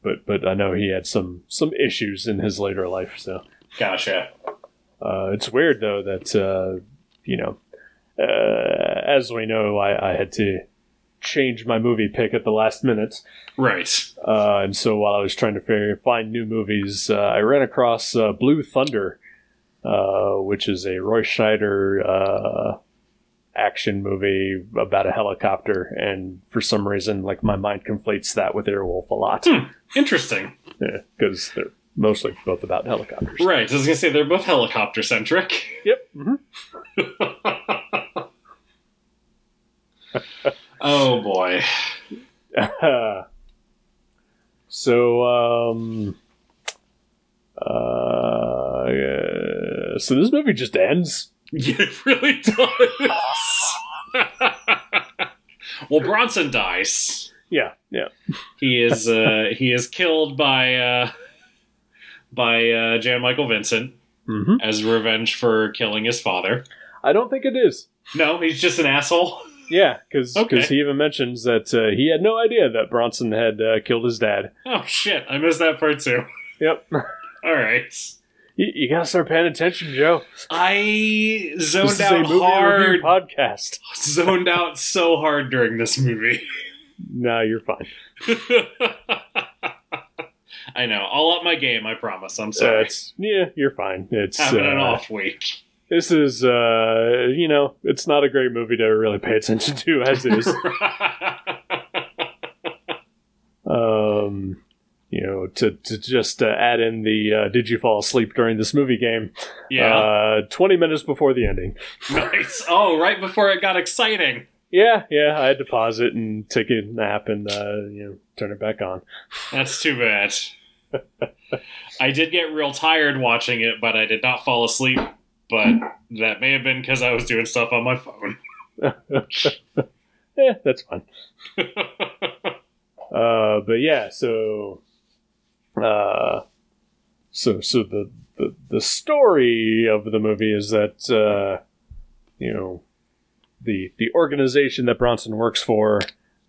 [SPEAKER 3] but but I know he had some some issues in his later life. So
[SPEAKER 2] Gotcha.
[SPEAKER 3] uh, it's weird though that uh, you know, uh, as we know, I, I had to change my movie pick at the last minute,
[SPEAKER 2] Right.
[SPEAKER 3] uh, and so while I was trying to figure, find new movies, uh, I ran across uh, Blue Thunder, uh, which is a Roy Scheider. Uh, action movie about a helicopter and for some reason like my mind conflates that with airwolf a lot <laughs>
[SPEAKER 2] Interesting.
[SPEAKER 3] Yeah, because they're mostly both about helicopters.
[SPEAKER 2] Right. I was going to say they're both helicopter centric.
[SPEAKER 3] Yep. hmm
[SPEAKER 2] Oh, boy. <laughs>
[SPEAKER 3] <laughs> so, um, uh, yeah, so this movie just ends.
[SPEAKER 2] Yeah, it really does. well, Bronson dies.
[SPEAKER 3] Yeah, yeah.
[SPEAKER 2] He is uh, he is killed by uh, by uh, Jan Michael Vincent
[SPEAKER 3] Mm-hmm.
[SPEAKER 2] as revenge for killing his father.
[SPEAKER 3] I don't think it is.
[SPEAKER 2] No, he's just an asshole.
[SPEAKER 3] Yeah, because
[SPEAKER 2] Okay.
[SPEAKER 3] he even mentions that uh, he had no idea that Bronson had uh, killed his dad.
[SPEAKER 2] Oh shit, I missed that part too.
[SPEAKER 3] Yep.
[SPEAKER 2] All right,
[SPEAKER 3] <laughs> you, you gotta start paying attention, Joe.
[SPEAKER 2] I
[SPEAKER 3] This
[SPEAKER 2] zoned
[SPEAKER 3] is a
[SPEAKER 2] out
[SPEAKER 3] movie
[SPEAKER 2] hard.
[SPEAKER 3] review podcast.
[SPEAKER 2] <laughs> zoned out so hard during this movie. <laughs>
[SPEAKER 3] No, you're fine.
[SPEAKER 2] I know. I'll up my game. I promise. I'm
[SPEAKER 3] So
[SPEAKER 2] sorry.
[SPEAKER 3] it's yeah, you're fine. It's
[SPEAKER 2] <laughs> Having an
[SPEAKER 3] uh, <laughs>
[SPEAKER 2] off week.
[SPEAKER 3] this is uh you know it's not a great movie to really pay attention to as is um you know to, to just uh, add in the uh, did you fall asleep during this movie game
[SPEAKER 2] <laughs> yeah.
[SPEAKER 3] uh 20 minutes before the ending
[SPEAKER 2] <laughs> nice. Oh, right before it got exciting.
[SPEAKER 3] yeah yeah i had to pause it and take a nap and uh you know turn it back on
[SPEAKER 2] That's too
[SPEAKER 3] <laughs>
[SPEAKER 2] bad. I did get real tired watching it, but I did not fall asleep. But that may have been because I was doing stuff on my phone.
[SPEAKER 3] yeah Eh, that's fine <laughs> uh but yeah so uh so so the the, the story of the movie is that uh you know the the organization that Bronson works for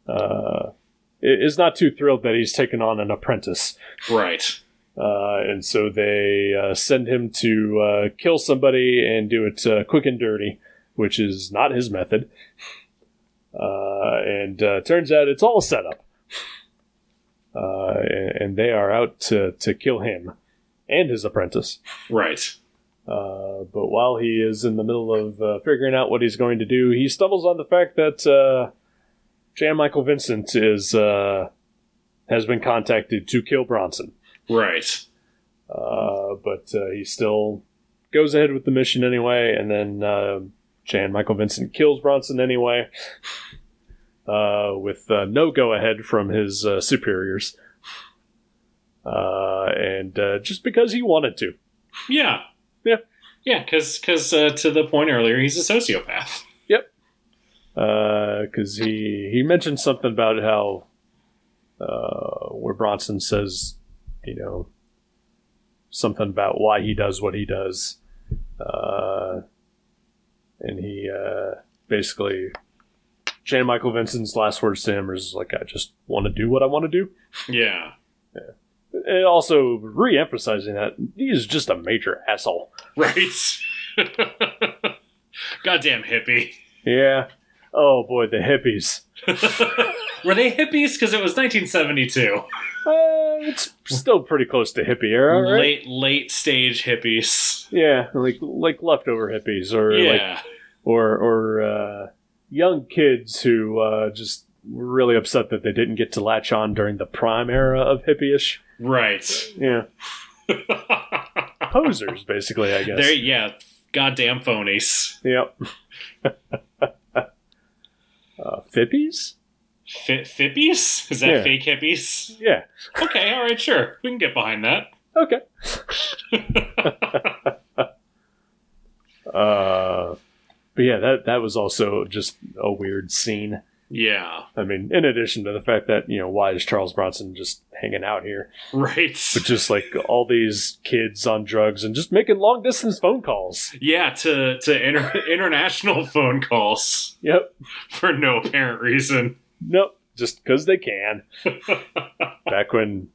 [SPEAKER 3] uh i- is not too thrilled that he's taken on an apprentice.
[SPEAKER 2] Right.
[SPEAKER 3] Uh, and so they uh, send him to uh, kill somebody and do it uh, quick and dirty, which is not his method. Uh, and uh, turns out it's all set up. Uh, and, and they are out to, to kill him and his apprentice.
[SPEAKER 2] Right.
[SPEAKER 3] Uh, but while he is in the middle of uh, figuring out what he's going to do, he stumbles on the fact that uh, Jan Michael Vincent is uh, has been contacted to kill Bronson.
[SPEAKER 2] Right.
[SPEAKER 3] Uh, but uh, he still goes ahead with the mission anyway, and then uh, Jan Michael Vincent kills Bronson anyway, uh, with uh, no go ahead from his uh, superiors. Uh, and uh, just because he wanted to.
[SPEAKER 2] Yeah.
[SPEAKER 3] Yeah.
[SPEAKER 2] Yeah, because uh, to the point earlier, he's a sociopath.
[SPEAKER 3] because Uh, he he mentioned something about how uh, where Bronson says, you know, something about why he does what he does, uh, and he uh, basically Jan Michael Vincent's last words to him is like, "I just want to do what I want to do."
[SPEAKER 2] Yeah.
[SPEAKER 3] And also re-emphasizing that he is just a major asshole.
[SPEAKER 2] <laughs> Right. <laughs> Goddamn hippie. <laughs>
[SPEAKER 3] Yeah. Oh boy, the hippies.
[SPEAKER 2] Were they hippies? Because it was 1972.
[SPEAKER 3] Uh, it's still pretty close to hippie era, right?
[SPEAKER 2] Late, late stage hippies.
[SPEAKER 3] Yeah, like like leftover hippies or like
[SPEAKER 2] yeah.
[SPEAKER 3] or or uh, young kids who uh, just were really upset that they didn't get to latch on during the prime era of hippie-ish.
[SPEAKER 2] <laughs> right.
[SPEAKER 3] Yeah, posers basically, I guess.
[SPEAKER 2] There, yeah. Goddamn phonies.
[SPEAKER 3] Yep. <laughs> uh, fippies?
[SPEAKER 2] Fit fippies? Is that
[SPEAKER 3] Yeah.
[SPEAKER 2] fake hippies?
[SPEAKER 3] Yeah.
[SPEAKER 2] Okay, all right, sure. We can get behind that.
[SPEAKER 3] Okay. <laughs> uh, but yeah, that that was also just a weird scene.
[SPEAKER 2] Yeah.
[SPEAKER 3] I mean, in addition to the fact that, you know, why is Charles Bronson just hanging out here?
[SPEAKER 2] Right.
[SPEAKER 3] But just like all these kids on drugs and just making long distance phone calls.
[SPEAKER 2] Yeah, to to inter- <laughs> international phone calls
[SPEAKER 3] Yep.
[SPEAKER 2] for no apparent reason.
[SPEAKER 3] Nope. Just because they
[SPEAKER 2] <laughs>
[SPEAKER 3] can. Back when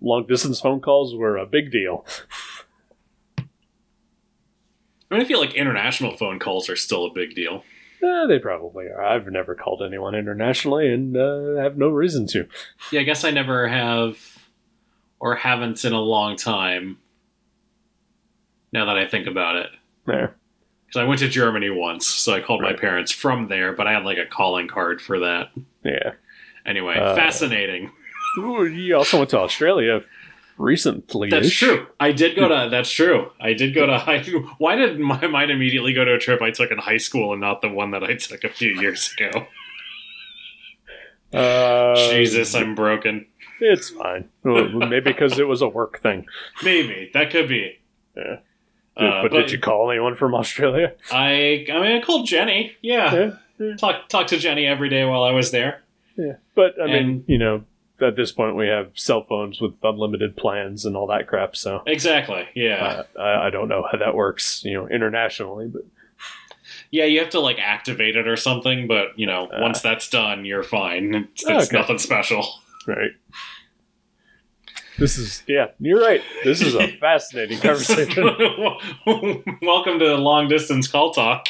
[SPEAKER 3] long distance phone calls were a big deal.
[SPEAKER 2] I mean, I feel like international phone calls are still a big deal.
[SPEAKER 3] Eh, they probably are. I've never called anyone internationally and uh, have no reason to.
[SPEAKER 2] Yeah, I guess I never have or haven't in a long time. Now that I think about it,
[SPEAKER 3] There.
[SPEAKER 2] because I went to Germany once, so I called
[SPEAKER 3] Right.
[SPEAKER 2] my parents from there, but I had like a calling card for that.
[SPEAKER 3] Yeah.
[SPEAKER 2] Anyway,
[SPEAKER 3] Uh,
[SPEAKER 2] fascinating.
[SPEAKER 3] Ooh, you also went to Australia recently.
[SPEAKER 2] That's true. I did go to. That's true. I did go to high. <laughs> Why did my mind immediately go to a trip I took in high school and not the one that I took a few years ago?
[SPEAKER 3] Uh,
[SPEAKER 2] Jesus, I'm broken.
[SPEAKER 3] It's fine. Well, Maybe because it was a work thing.
[SPEAKER 2] Maybe that could be.
[SPEAKER 3] Yeah. Did-
[SPEAKER 2] Uh,
[SPEAKER 3] but, did you call anyone from Australia?
[SPEAKER 2] I I mean I called Jenny. Yeah.
[SPEAKER 3] <laughs> Yeah.
[SPEAKER 2] Talk talk to Jenny every day while I was there.
[SPEAKER 3] Yeah. But I mean,
[SPEAKER 2] And-
[SPEAKER 3] you know, at this point we have cell phones with unlimited plans and all that crap, so
[SPEAKER 2] Exactly. Yeah.
[SPEAKER 3] uh, I, I don't know how that works, you know, internationally, but
[SPEAKER 2] yeah, you have to like activate it or something, but you know,
[SPEAKER 3] Uh. Oh,
[SPEAKER 2] once that's done, you're fine. It's, it's
[SPEAKER 3] Okay.
[SPEAKER 2] nothing special.
[SPEAKER 3] right. This is yeah, you're right. This is
[SPEAKER 2] <laughs>
[SPEAKER 3] a fascinating conversation. Uh,
[SPEAKER 2] Welcome to long distance call talk.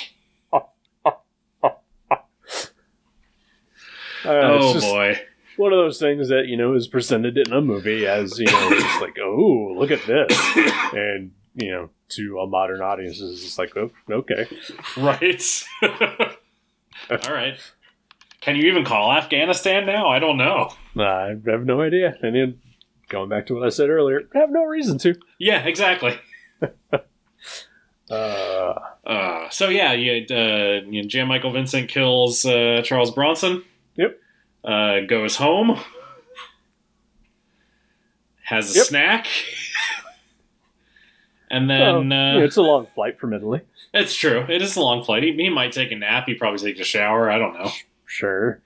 [SPEAKER 3] Uh, it's
[SPEAKER 2] oh
[SPEAKER 3] just
[SPEAKER 2] boy. <laughs>
[SPEAKER 3] one of those things that, you know, is presented in a movie as, you know, it's like, oh, look at this. And, you know, to a modern audience, it's just like, oh, okay.
[SPEAKER 2] Right.
[SPEAKER 3] <laughs>
[SPEAKER 2] All right. Can you even call Afghanistan now? I don't know.
[SPEAKER 3] I have no idea. And then going back to what I said earlier, I have no reason to.
[SPEAKER 2] Yeah, exactly.
[SPEAKER 3] Uh,
[SPEAKER 2] Uh, so yeah, you, uh, you know, Jan Michael Vincent kills uh, Charles Bronson.
[SPEAKER 3] Yep.
[SPEAKER 2] Uh, goes home. Has a
[SPEAKER 3] Yep.
[SPEAKER 2] snack. <laughs> and
[SPEAKER 3] well,
[SPEAKER 2] then
[SPEAKER 3] you know,
[SPEAKER 2] uh,
[SPEAKER 3] it's a long flight from Italy.
[SPEAKER 2] it's true. It is a long flight. He, he might take a nap. He probably takes a shower. I don't know.
[SPEAKER 3] Sure.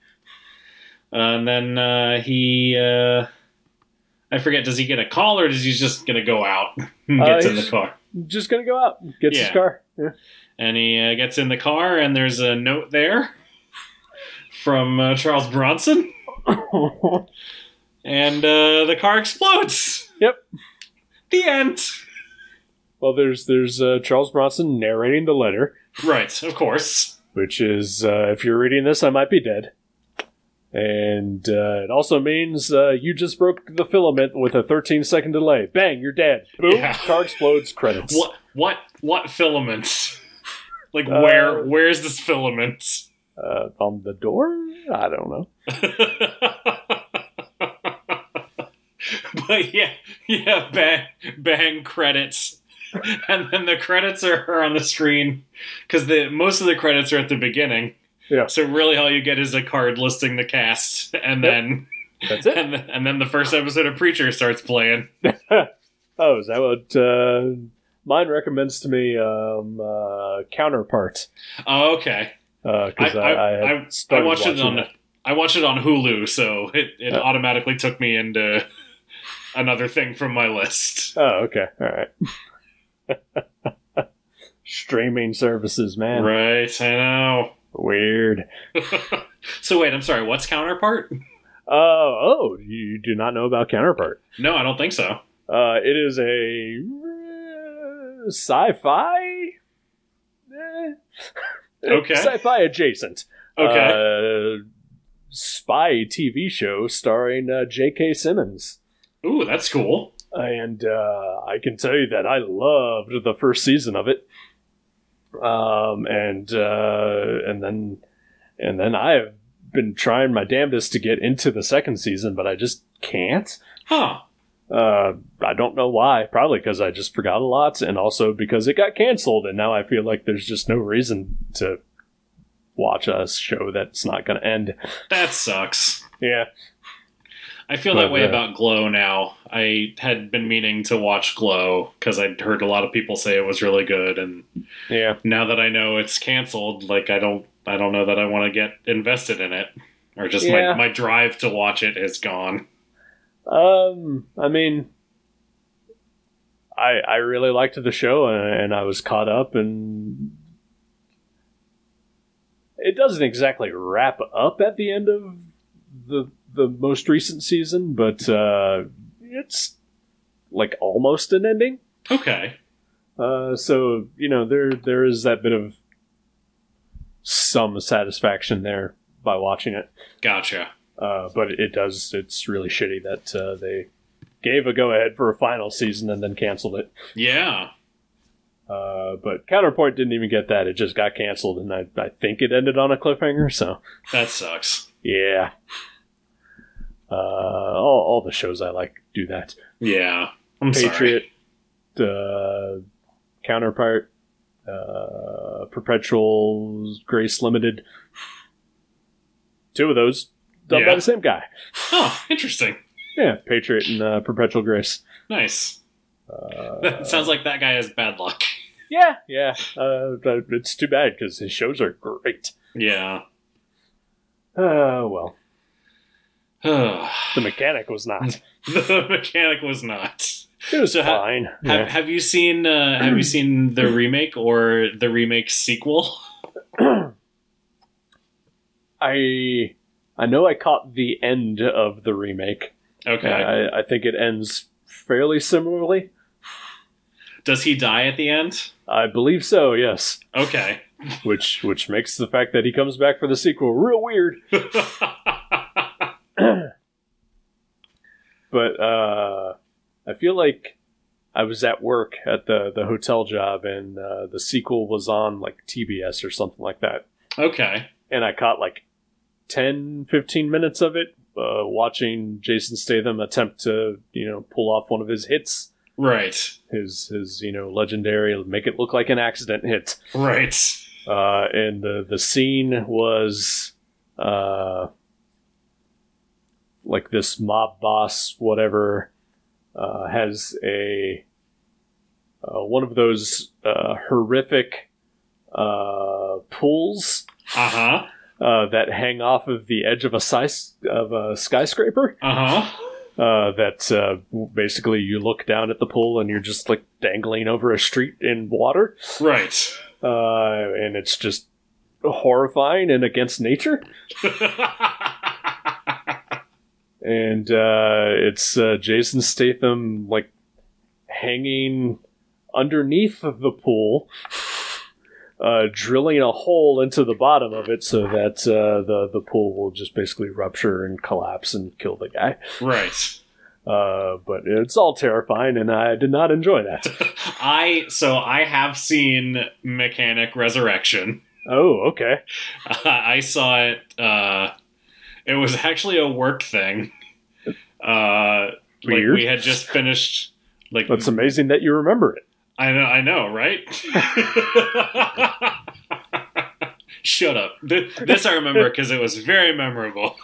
[SPEAKER 2] Uh, and then uh, he. Uh, I forget. Does he get a call or does he just gonna go out? and
[SPEAKER 3] Uh,
[SPEAKER 2] gets in
[SPEAKER 3] he's-
[SPEAKER 2] the car.
[SPEAKER 3] Just gonna go out, gets his
[SPEAKER 2] Yeah.
[SPEAKER 3] car. Yeah. <laughs>
[SPEAKER 2] and he uh, gets in the car and there's a note there from uh, charles bronson and uh, the car explodes.
[SPEAKER 3] Yep.
[SPEAKER 2] The end.
[SPEAKER 3] well, there's there's uh, Charles Bronson narrating the letter,
[SPEAKER 2] Right, of course.
[SPEAKER 3] which is uh, if you're reading this, I might be dead. And uh, it also means uh, you just broke the filament with a 13 second delay. Bang, you're dead. Boom,
[SPEAKER 2] Yeah.
[SPEAKER 3] car explodes. Credits.
[SPEAKER 2] What what what filament? Like
[SPEAKER 3] Uh,
[SPEAKER 2] where where's this filament?
[SPEAKER 3] Uh, on the door? I don't know.
[SPEAKER 2] <laughs> but yeah, yeah, bang, bang credits, and then the credits are, are on the screen because the most of the credits are at the beginning.
[SPEAKER 3] Yeah.
[SPEAKER 2] So really, all you get is a card listing the cast, and
[SPEAKER 3] Yep.
[SPEAKER 2] then
[SPEAKER 3] That's it.
[SPEAKER 2] and, and then the first episode of Preacher starts playing.
[SPEAKER 3] Oh, is that what uh, mine recommends to me? Um, uh, counterpart
[SPEAKER 2] Oh, okay,
[SPEAKER 3] because
[SPEAKER 2] I-
[SPEAKER 3] I,
[SPEAKER 2] I-
[SPEAKER 3] I, had
[SPEAKER 2] I- I I
[SPEAKER 3] started
[SPEAKER 2] watched it
[SPEAKER 3] watching
[SPEAKER 2] on I watched it on Hulu, so it, it
[SPEAKER 3] Oh.
[SPEAKER 2] automatically took me into <laughs> another thing from my list.
[SPEAKER 3] Oh, okay, all right. <laughs> Streaming services, man.
[SPEAKER 2] Right, I know.
[SPEAKER 3] Weird.
[SPEAKER 2] <laughs> So wait, I'm sorry. What's counterpart?
[SPEAKER 3] Uh, oh, you do not know about counterpart.
[SPEAKER 2] No, I don't think so.
[SPEAKER 3] Uh, it is a uh, sci-fi. Eh.
[SPEAKER 2] Okay.
[SPEAKER 3] <laughs> sci-fi adjacent.
[SPEAKER 2] Okay.
[SPEAKER 3] uh, spy TV show starring uh, J.K. Simmons.
[SPEAKER 2] Ooh, that's cool.
[SPEAKER 3] And uh, I can tell you that I loved the first season of it. Um, and uh, and then and then I have been trying my damnedest to get into the second season, but I just can't.
[SPEAKER 2] Huh.
[SPEAKER 3] Uh, I don't know why. Probably because I just forgot a lot, and also because it got canceled, and now I feel like there's just no reason to watch a show that's not going to end.
[SPEAKER 2] That sucks.
[SPEAKER 3] Yeah.
[SPEAKER 2] I feel
[SPEAKER 3] But,
[SPEAKER 2] that way
[SPEAKER 3] uh,
[SPEAKER 2] about Glow now. I had been meaning to watch Glow because I'd heard a lot of people say it was really good, and
[SPEAKER 3] Yeah.
[SPEAKER 2] now that I know it's canceled, like I don't, I don't know that I want to get invested in it, or just
[SPEAKER 3] Yeah.
[SPEAKER 2] my my drive to watch it is gone.
[SPEAKER 3] Um, I mean, I I really liked the show, uh, and, and I was caught up, and it doesn't exactly wrap up at the end of the the most recent season, but uh, it's like almost an ending.
[SPEAKER 2] Okay.
[SPEAKER 3] Uh, so you know there there is that bit of some satisfaction there by watching it.
[SPEAKER 2] Gotcha.
[SPEAKER 3] Uh, but it does. It's really shitty that uh, they gave a go ahead for a final season and then canceled it.
[SPEAKER 2] Yeah.
[SPEAKER 3] Uh, but Counterpoint didn't even get that. It just got canceled, and I, I think it ended on a cliffhanger. So
[SPEAKER 2] That sucks.
[SPEAKER 3] yeah, uh, all all the shows I like do that.
[SPEAKER 2] Yeah. I'm sorry.
[SPEAKER 3] Patriot, uh, Counterpart, uh, Perpetual Grace Limited. Two of those done by
[SPEAKER 2] Yeah.
[SPEAKER 3] the same guy.
[SPEAKER 2] Huh. Interesting.
[SPEAKER 3] Yeah, Patriot and uh, Perpetual Grace.
[SPEAKER 2] Nice.
[SPEAKER 3] Uh,
[SPEAKER 2] <laughs> That sounds like that guy has bad luck.
[SPEAKER 3] yeah, yeah. Uh, but it's too bad because his shows are great.
[SPEAKER 2] Yeah.
[SPEAKER 3] Uh, well, the
[SPEAKER 2] <sighs> the
[SPEAKER 3] mechanic was not.
[SPEAKER 2] mechanic was not.
[SPEAKER 3] It was
[SPEAKER 2] <laughs> So ha-
[SPEAKER 3] fine.
[SPEAKER 2] Have,
[SPEAKER 3] Yeah.
[SPEAKER 2] have you seen uh, Have you seen the remake or the remake sequel?
[SPEAKER 3] I I know I caught the end of the remake.
[SPEAKER 2] Okay.
[SPEAKER 3] I, I think it ends fairly similarly.
[SPEAKER 2] Does he die at the end?
[SPEAKER 3] I believe so.
[SPEAKER 2] <laughs>
[SPEAKER 3] Yes,
[SPEAKER 2] Okay.
[SPEAKER 3] which which makes the fact that he comes back for the sequel real weird. but uh, I feel like I was at work at the the hotel job, and uh, the sequel was on like TBS or something like that,
[SPEAKER 2] okay.
[SPEAKER 3] and I caught like 10, 15 minutes of it. Uh, watching Jason Statham attempt to, you know, pull off one of his hits,
[SPEAKER 2] Right.
[SPEAKER 3] his his you know legendary make it look like an accident hit,
[SPEAKER 2] Right.
[SPEAKER 3] uh, and the the scene was uh, like this mob boss, whatever, uh, has a uh, one of those uh, horrific uh, pools
[SPEAKER 2] Uh huh.
[SPEAKER 3] uh, that hang off of the edge of a size of a skyscraper.
[SPEAKER 2] Uh huh.
[SPEAKER 3] Uh, that uh, basically you look down at the pool and you're just like dangling over a street in water
[SPEAKER 2] Right. <laughs>
[SPEAKER 3] uh, and it's just horrifying and against nature. and uh, it's uh, Jason Statham like hanging underneath the pool, uh, drilling a hole into the bottom of it so that uh, the the pool will just basically rupture and collapse and kill the guy.
[SPEAKER 2] Right. <laughs>
[SPEAKER 3] Uh, but it's all terrifying, and I did not enjoy that.
[SPEAKER 2] I so I have seen Mechanic Resurrection.
[SPEAKER 3] oh, okay.
[SPEAKER 2] <laughs> I saw it. Uh, it was actually a work thing. Uh,
[SPEAKER 3] Weird.
[SPEAKER 2] Like we had just finished. Like
[SPEAKER 3] That's amazing that you remember it. <laughs>
[SPEAKER 2] I know, I know, right? <laughs> Shut up. Th- This I remember because it was very memorable.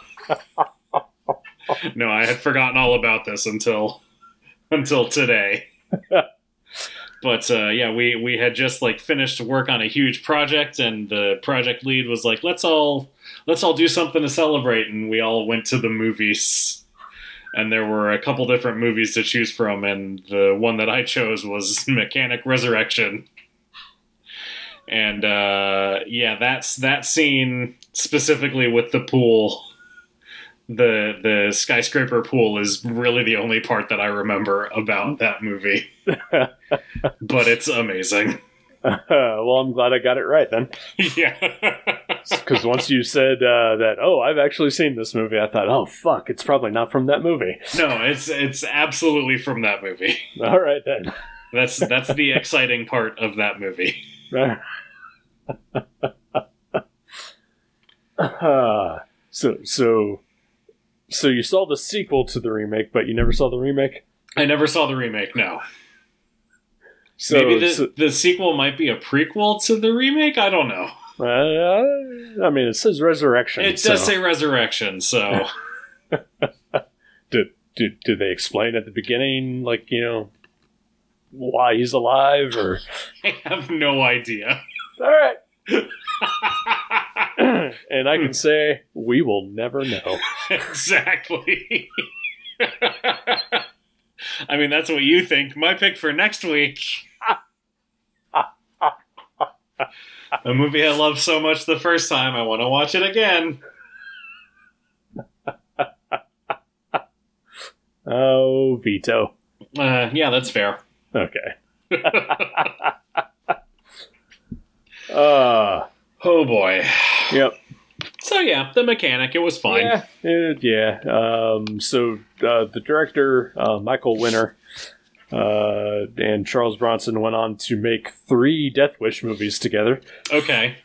[SPEAKER 2] <laughs> no, I had forgotten all about this until until today. but uh, yeah, we we had just like finished work on a huge project, and the project lead was like, "Let's all let's all do something to celebrate," and we all went to the movies. And there were a couple different movies to choose from, and the one that I chose was <laughs> Mechanic Resurrection. And uh, yeah, that's that scene specifically with the pool, the the skyscraper pool is really the only part that I remember about that movie. but it's amazing. <laughs>
[SPEAKER 3] Uh, well, I'm glad I got it right then.
[SPEAKER 2] yeah.
[SPEAKER 3] Because once you said uh, that, oh, I've actually seen this movie, I thought, oh, fuck, it's probably not from that movie. <laughs>
[SPEAKER 2] No, it's it's absolutely from that movie.
[SPEAKER 3] All right, then. <laughs>
[SPEAKER 2] That's that's the exciting part of that movie.
[SPEAKER 3] Ah, so, so, so you saw the sequel to the remake, but you never saw the remake.
[SPEAKER 2] I never saw the remake, no.
[SPEAKER 3] So,
[SPEAKER 2] Maybe the,
[SPEAKER 3] so-
[SPEAKER 2] the sequel might be a prequel to the remake. I don't know.
[SPEAKER 3] uh, I mean, it says resurrection.
[SPEAKER 2] It
[SPEAKER 3] so-
[SPEAKER 2] does say resurrection, so
[SPEAKER 3] Do, do do they explain at the beginning, like you know, why he's alive? Or
[SPEAKER 2] <laughs> I have no idea. <laughs>
[SPEAKER 3] all right. <clears throat> and I can say we will never know.
[SPEAKER 2] exactly. <laughs> I mean, that's what you think. My pick for next week. <laughs> A movie I loved so much the first time, I want to watch it again.
[SPEAKER 3] Oh, veto.
[SPEAKER 2] Uh, yeah, that's fair.
[SPEAKER 3] Okay. uh
[SPEAKER 2] Oh boy.
[SPEAKER 3] yep.
[SPEAKER 2] So yeah, the mechanic. It was fine.
[SPEAKER 3] Yeah. it- yeah. Um, so uh, the director, uh, Michael Winner, uh, and Charles Bronson went on to make three Death Wish movies together.
[SPEAKER 2] Okay.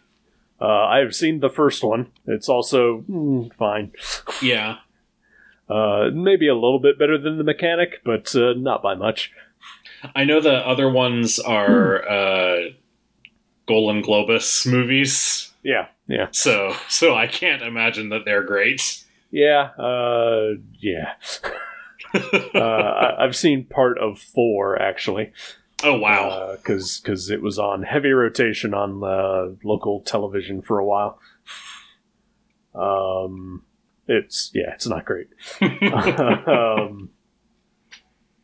[SPEAKER 3] Uh, I have seen the first one. It's also mm, fine.
[SPEAKER 2] Yeah.
[SPEAKER 3] Uh, maybe a little bit better than The Mechanic, but uh, not by much.
[SPEAKER 2] I know the other ones are uh, Golden Globus movies,
[SPEAKER 3] Yeah. Yeah.
[SPEAKER 2] so so I can't imagine that they're great.
[SPEAKER 3] Yeah, uh, yeah. <laughs> uh, I, I've seen part of four actually,
[SPEAKER 2] Oh wow!
[SPEAKER 3] Uh. because because it was on heavy rotation on uh, local television for a while. Um, it's yeah, it's not great. um,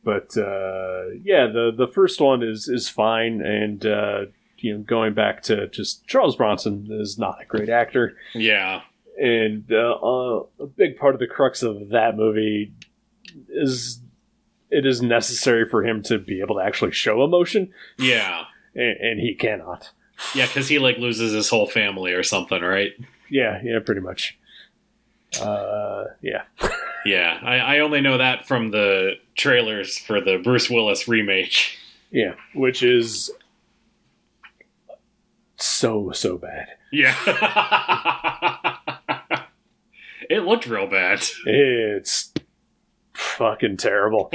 [SPEAKER 3] but uh, yeah, the the first one is is fine, and uh, you know, going back to just Charles Bronson is not a great actor
[SPEAKER 2] yeah,
[SPEAKER 3] and uh, uh, a big part of the crux of that movie is it is necessary for him to be able to actually show emotion,
[SPEAKER 2] yeah,
[SPEAKER 3] and, and he cannot.
[SPEAKER 2] yeah, because he like loses his whole family or something, right?
[SPEAKER 3] Yeah, yeah, pretty much. Uh, yeah,
[SPEAKER 2] Yeah, I, I only know that from the trailers for the Bruce Willis remake. <laughs>
[SPEAKER 3] yeah, which is so so bad.
[SPEAKER 2] Yeah, <laughs> it looked real bad. <laughs>
[SPEAKER 3] It's fucking terrible.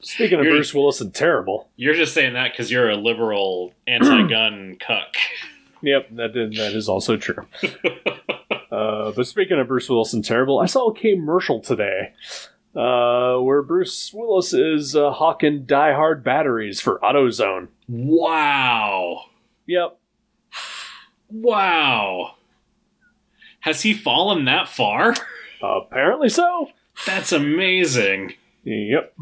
[SPEAKER 3] Speaking of
[SPEAKER 2] You're-
[SPEAKER 3] Bruce Willis and terrible,
[SPEAKER 2] You're just saying that because you're a liberal anti-gun cuck.
[SPEAKER 3] Yep, that is, that is also true. uh, but speaking of Bruce Willis and terrible, I saw a commercial today uh, where Bruce Willis is uh, hawking die-hard batteries for AutoZone.
[SPEAKER 2] Wow.
[SPEAKER 3] Yep.
[SPEAKER 2] Wow. Has he fallen that far? <laughs>
[SPEAKER 3] Apparently so.
[SPEAKER 2] That's amazing.
[SPEAKER 3] Yep.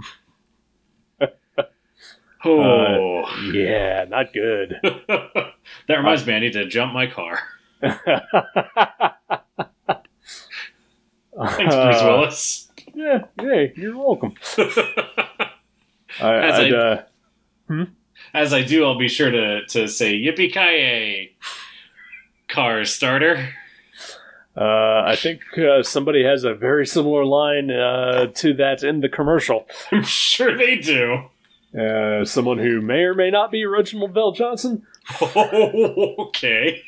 [SPEAKER 2] Oh.
[SPEAKER 3] Yeah, not good.
[SPEAKER 2] that reminds me, I need to jump my car. <laughs> Thanks, Bruce
[SPEAKER 3] Uh,
[SPEAKER 2] Willis.
[SPEAKER 3] Yeah, yeah, you're welcome. I,
[SPEAKER 2] As
[SPEAKER 3] I'd,
[SPEAKER 2] I-
[SPEAKER 3] uh,
[SPEAKER 2] <laughs> As I do, I'll be sure to, to say Yippee Ki Car starter. <laughs>
[SPEAKER 3] Uh, I think uh, somebody has a very similar line uh, to that in the commercial.
[SPEAKER 2] I'm sure they do. <laughs>
[SPEAKER 3] Uh, someone who may or may not be Reginald Bell Johnson.
[SPEAKER 2] okay.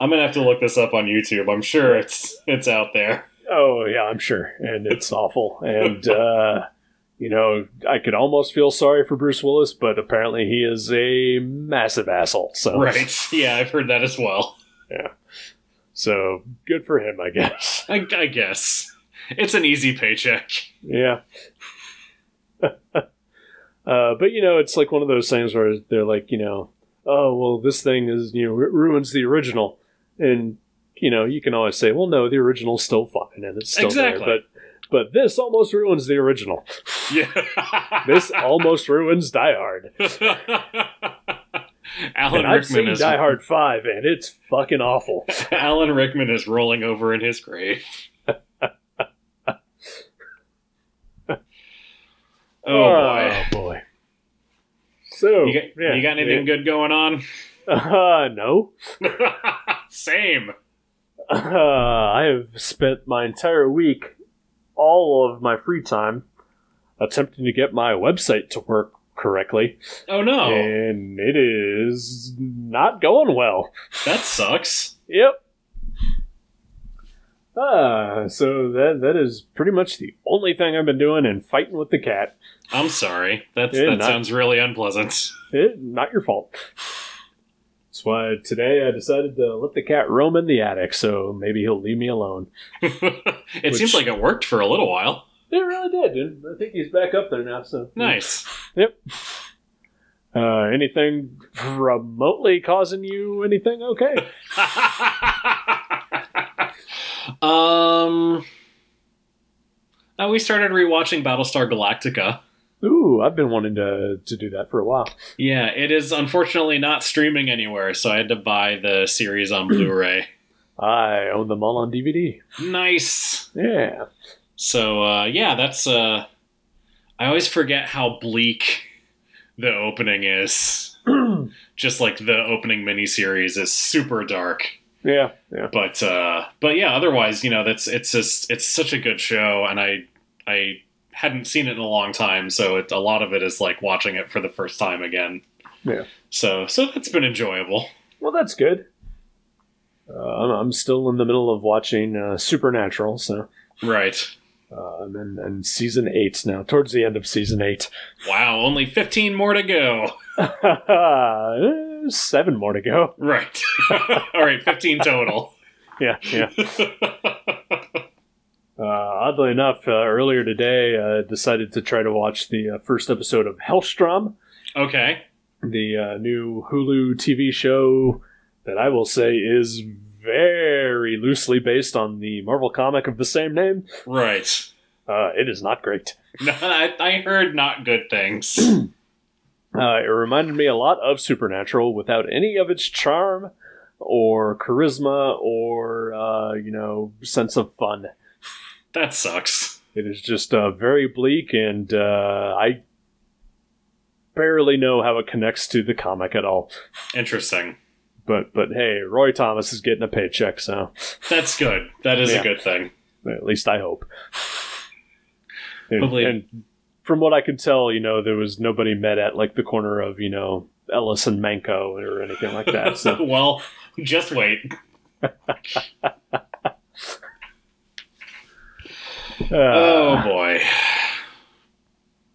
[SPEAKER 2] I'm gonna have to look this up on YouTube. I'm sure it's it's out there.
[SPEAKER 3] Oh yeah, I'm sure, and it's awful. And uh, you know, I could almost feel sorry for Bruce Willis, but apparently he is a massive asshole. So
[SPEAKER 2] Right. <laughs> Yeah, I've heard that as well.
[SPEAKER 3] so good for him, I guess.
[SPEAKER 2] I, I guess. It's an easy paycheck. <laughs>
[SPEAKER 3] Yeah. <laughs> uh, but you know, it's like one of those things where they're like, you know, oh well, this thing is you know it ruins the original, and you know you can always say, well, no, the original's still fine and it's still
[SPEAKER 2] Exactly.
[SPEAKER 3] there, but but this almost ruins the original.
[SPEAKER 2] Yeah. <laughs>
[SPEAKER 3] This almost ruins Die Hard.
[SPEAKER 2] Alan
[SPEAKER 3] And I've
[SPEAKER 2] Rickman
[SPEAKER 3] seen
[SPEAKER 2] is <laughs>
[SPEAKER 3] Die Hard Five, and it's fucking awful.
[SPEAKER 2] Alan Rickman is rolling over in his grave.
[SPEAKER 3] <laughs>
[SPEAKER 2] oh boy.
[SPEAKER 3] Oh, boy. So
[SPEAKER 2] You got,
[SPEAKER 3] Oh, yeah,
[SPEAKER 2] you got anything good going on?
[SPEAKER 3] <laughs>
[SPEAKER 2] <laughs>
[SPEAKER 3] Uh, no.
[SPEAKER 2] Same.
[SPEAKER 3] Uh, I have spent my entire week, all of my free time, attempting to get my website to work correctly,
[SPEAKER 2] Oh no,
[SPEAKER 3] and it is not going well.
[SPEAKER 2] that sucks.
[SPEAKER 3] Yep. Uh, so that that is pretty much the only thing I've been doing and fighting with the cat.
[SPEAKER 2] I'm sorry. That's,
[SPEAKER 3] Yeah,
[SPEAKER 2] that
[SPEAKER 3] not-
[SPEAKER 2] sounds really unpleasant. <laughs>
[SPEAKER 3] It, not your fault. That's why today I decided to let the cat roam in the attic, so maybe he'll leave me alone.
[SPEAKER 2] it
[SPEAKER 3] Which-
[SPEAKER 2] seems like it worked for a little while.
[SPEAKER 3] It really did, dude. I think he's back up there now, so.
[SPEAKER 2] Nice.
[SPEAKER 3] Uh, anything remotely causing you anything? Okay.
[SPEAKER 2] um. Now we started rewatching Battlestar Galactica.
[SPEAKER 3] Ooh, I've been wanting to to do that for a while.
[SPEAKER 2] Yeah, it is unfortunately not streaming anywhere, so I had to buy the series on Blu-ray.
[SPEAKER 3] I own them all on DVD.
[SPEAKER 2] nice.
[SPEAKER 3] Yeah. <clears throat>
[SPEAKER 2] So uh, yeah, that's. Uh, I always forget how bleak the opening is. Just like the opening miniseries is super dark,
[SPEAKER 3] yeah. Yeah.
[SPEAKER 2] but uh, but yeah, otherwise you know that's it's just it's such a good show, and I I hadn't seen it in a long time, so it, a lot of it is like watching it for the first time again.
[SPEAKER 3] Yeah.
[SPEAKER 2] So so that's been enjoyable.
[SPEAKER 3] Well, that's good. Uh, I'm, I'm still in the middle of watching uh, Supernatural, so
[SPEAKER 2] Right.
[SPEAKER 3] uh, I'm in, in season eight now, towards the end of season eight. <laughs>
[SPEAKER 2] Wow, only 15 more to go.
[SPEAKER 3] Eh, Seven more to go.
[SPEAKER 2] Right. <laughs> All right, 15 total.
[SPEAKER 3] Yeah, yeah. <laughs> Uh, oddly enough, uh, earlier today, I decided to try to watch the uh, first episode of Hellstrom.
[SPEAKER 2] okay.
[SPEAKER 3] the uh, new Hulu TV show that I will say is very loosely based on the Marvel comic of the same name.
[SPEAKER 2] Right.
[SPEAKER 3] Uh, it is not great.
[SPEAKER 2] No, I, I heard not good things. <clears throat>
[SPEAKER 3] Uh, it reminded me a lot of Supernatural without any of its charm or charisma or, uh, you know, sense of fun.
[SPEAKER 2] that sucks.
[SPEAKER 3] It is just uh, very bleak, and uh, I barely know how it connects to the comic at all.
[SPEAKER 2] Interesting.
[SPEAKER 3] But but hey, Roy Thomas is getting a paycheck, so
[SPEAKER 2] That's good. That is
[SPEAKER 3] Yeah.
[SPEAKER 2] a good thing.
[SPEAKER 3] At least I hope. And,
[SPEAKER 2] Probably-
[SPEAKER 3] and from what I could tell, you know, there was nobody met at like the corner of, you know, Ellis and Manco or anything like that.
[SPEAKER 2] <laughs>
[SPEAKER 3] So
[SPEAKER 2] well, just wait.
[SPEAKER 3] uh,
[SPEAKER 2] oh, boy.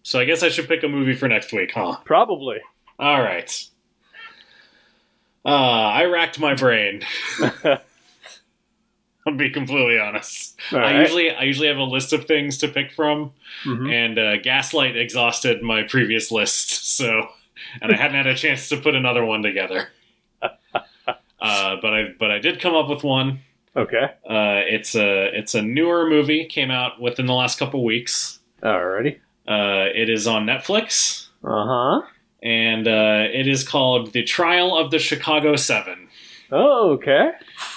[SPEAKER 2] So I guess I should pick a movie for next week, huh?
[SPEAKER 3] probably.
[SPEAKER 2] All right. Uh, I racked
[SPEAKER 3] <laughs>
[SPEAKER 2] my brain. I'll be completely honest.
[SPEAKER 3] All
[SPEAKER 2] I
[SPEAKER 3] right.
[SPEAKER 2] usually I usually have a list of things to pick from,
[SPEAKER 3] Mhm.
[SPEAKER 2] and uh, Gaslight exhausted my previous list, <laughs> so and I hadn't had a chance to put another
[SPEAKER 3] <laughs>
[SPEAKER 2] one together. uh, but I but I did come up with one.
[SPEAKER 3] Okay.
[SPEAKER 2] Uh, it's a it's a newer movie came out within the last couple weeks.
[SPEAKER 3] Alrighty.
[SPEAKER 2] Uh, it is on Netflix,
[SPEAKER 3] Uh huh.
[SPEAKER 2] and uh, it is called The Trial of the Chicago Seven.
[SPEAKER 3] Oh, okay.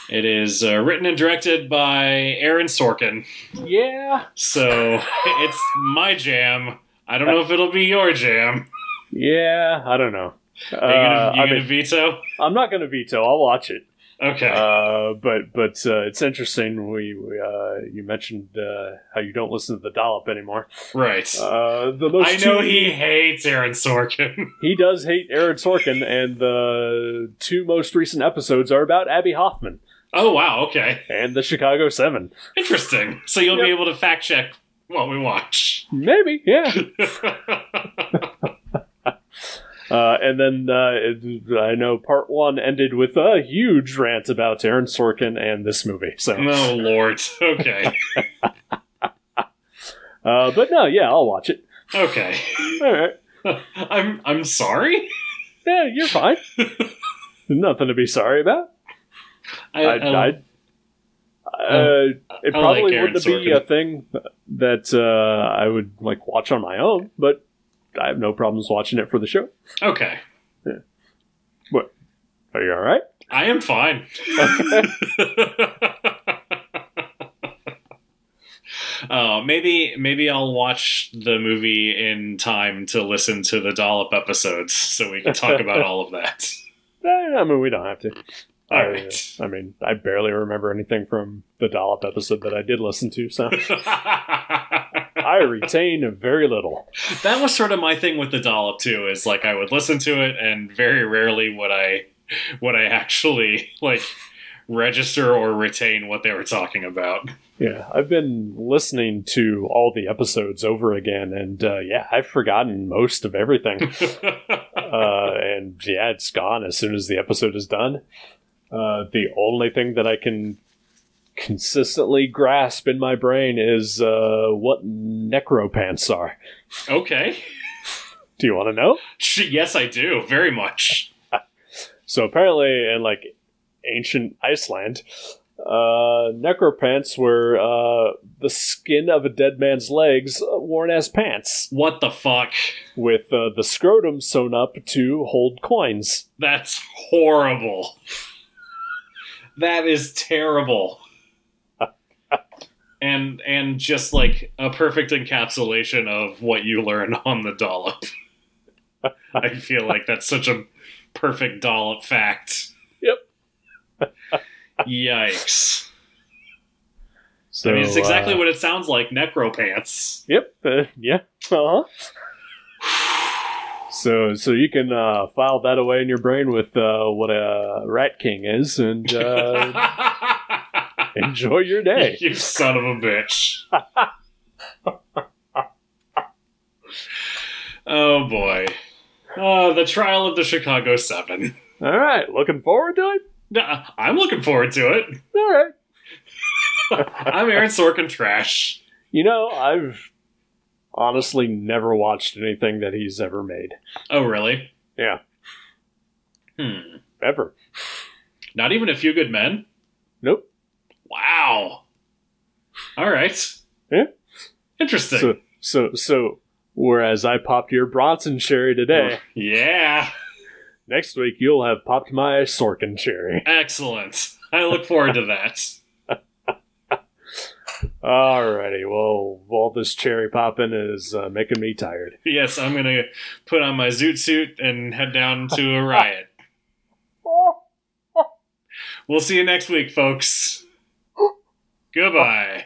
[SPEAKER 2] It is uh, written and directed by Aaron Sorkin.
[SPEAKER 3] Yeah.
[SPEAKER 2] So <laughs> it's my jam. I don't know if it'll be your jam.
[SPEAKER 3] Yeah, I don't know.
[SPEAKER 2] Are you gonna,
[SPEAKER 3] Uh,
[SPEAKER 2] you
[SPEAKER 3] I
[SPEAKER 2] gonna
[SPEAKER 3] mean,
[SPEAKER 2] veto?
[SPEAKER 3] I'm not going to veto. I'll watch it.
[SPEAKER 2] Okay.
[SPEAKER 3] Uh, but but uh, it's interesting. We, we uh, you mentioned uh, how you don't listen to the dollop anymore.
[SPEAKER 2] right.
[SPEAKER 3] Uh, the most
[SPEAKER 2] I know
[SPEAKER 3] two-
[SPEAKER 2] he hates Aaron Sorkin. <laughs>
[SPEAKER 3] he does hate Aaron Sorkin, and the two most recent episodes are about Abby Hoffman
[SPEAKER 2] oh wow. Okay.
[SPEAKER 3] and the Chicago Seven.
[SPEAKER 2] Interesting. So you'll be
[SPEAKER 3] Yep.
[SPEAKER 2] able to fact check what we watch.
[SPEAKER 3] Maybe,
[SPEAKER 2] <laughs>
[SPEAKER 3] yeah. <laughs> Uh, and then uh, it- I know part one ended with a huge rant about Aaron Sorkin and this movie. So,
[SPEAKER 2] oh lord. Okay.
[SPEAKER 3] uh, but no, yeah, I'll watch it.
[SPEAKER 2] Okay. <laughs>
[SPEAKER 3] All right,
[SPEAKER 2] I'm I'm sorry.
[SPEAKER 3] yeah, you're <laughs> fine. Nothing to be sorry about.
[SPEAKER 2] I,
[SPEAKER 3] I, I, uh, it
[SPEAKER 2] I like
[SPEAKER 3] probably
[SPEAKER 2] Aaron
[SPEAKER 3] wouldn't be
[SPEAKER 2] Sorkin.
[SPEAKER 3] a thing that uh, I would like watch on my own, but I have no problems watching it for the show.
[SPEAKER 2] okay.
[SPEAKER 3] Are you all right?
[SPEAKER 2] I am fine. Uh, maybe maybe I'll watch the movie in time to listen to the dollop episodes, so we can talk about all of that.
[SPEAKER 3] Eh, I mean, we don't have to.
[SPEAKER 2] All
[SPEAKER 3] I- uh,
[SPEAKER 2] right.
[SPEAKER 3] I mean, I barely remember anything from the dollop episode that I did listen to, so I retain very little.
[SPEAKER 2] that was sort of my thing with the dollop too is like i would listen to it and very rarely would i would i actually like register or retain what they were talking about <laughs>
[SPEAKER 3] Yeah, I've been listening to all the episodes over again, and uh, yeah, I've forgotten most of everything. uh, and yeah, it's gone as soon as the episode is done. Uh, the only thing that I can consistently grasp in my brain is uh, what necropants are.
[SPEAKER 2] okay
[SPEAKER 3] Do you want to know?
[SPEAKER 2] Sh- yes i do very much
[SPEAKER 3] So apparently, in like ancient Iceland, uh, necropants were uh, the skin of a dead man's legs uh, worn as pants,
[SPEAKER 2] what the fuck
[SPEAKER 3] with uh, the scrotum sewn up to hold coins.
[SPEAKER 2] that's horrible that is
[SPEAKER 3] <laughs>
[SPEAKER 2] terrible and and just like a perfect encapsulation of what you learn on the dollop i feel like that's such a perfect dollop fact
[SPEAKER 3] Yep.
[SPEAKER 2] yikes
[SPEAKER 3] So
[SPEAKER 2] i mean it's exactly
[SPEAKER 3] uh,
[SPEAKER 2] what it sounds like necropants
[SPEAKER 3] Yep. Uh, yeah.
[SPEAKER 2] Uh-huh.
[SPEAKER 3] Uh huh. So, so you can uh, file that away in your brain with uh, what a rat king is, and
[SPEAKER 2] <laughs>
[SPEAKER 3] uh, enjoy your day.
[SPEAKER 2] you son of a bitch
[SPEAKER 3] <laughs>
[SPEAKER 2] oh boy uh, the trial of the chicago seven <laughs>
[SPEAKER 3] All right. Looking forward to it.
[SPEAKER 2] Nah, I'm looking forward to it.
[SPEAKER 3] All right.
[SPEAKER 2] I'm Aaron Sorkin trash.
[SPEAKER 3] <laughs> You know, I've honestly never watched anything that he's ever made,
[SPEAKER 2] Oh, really?
[SPEAKER 3] Yeah.
[SPEAKER 2] Hmm.
[SPEAKER 3] ever.
[SPEAKER 2] Not even a few good men.
[SPEAKER 3] Nope.
[SPEAKER 2] Wow. All right.
[SPEAKER 3] Yeah.
[SPEAKER 2] Interesting.
[SPEAKER 3] So, so, so. Whereas I popped your Bronson cherry today,
[SPEAKER 2] Yeah.
[SPEAKER 3] next week you'll have popped my Sorkin cherry.
[SPEAKER 2] Excellent. I look forward to that.
[SPEAKER 3] Alrighty, well, all this cherry popping is uh, making me tired.
[SPEAKER 2] <laughs> Yes, I'm gonna put on my zoot suit and head down to a riot. We'll see you next week, folks. Goodbye.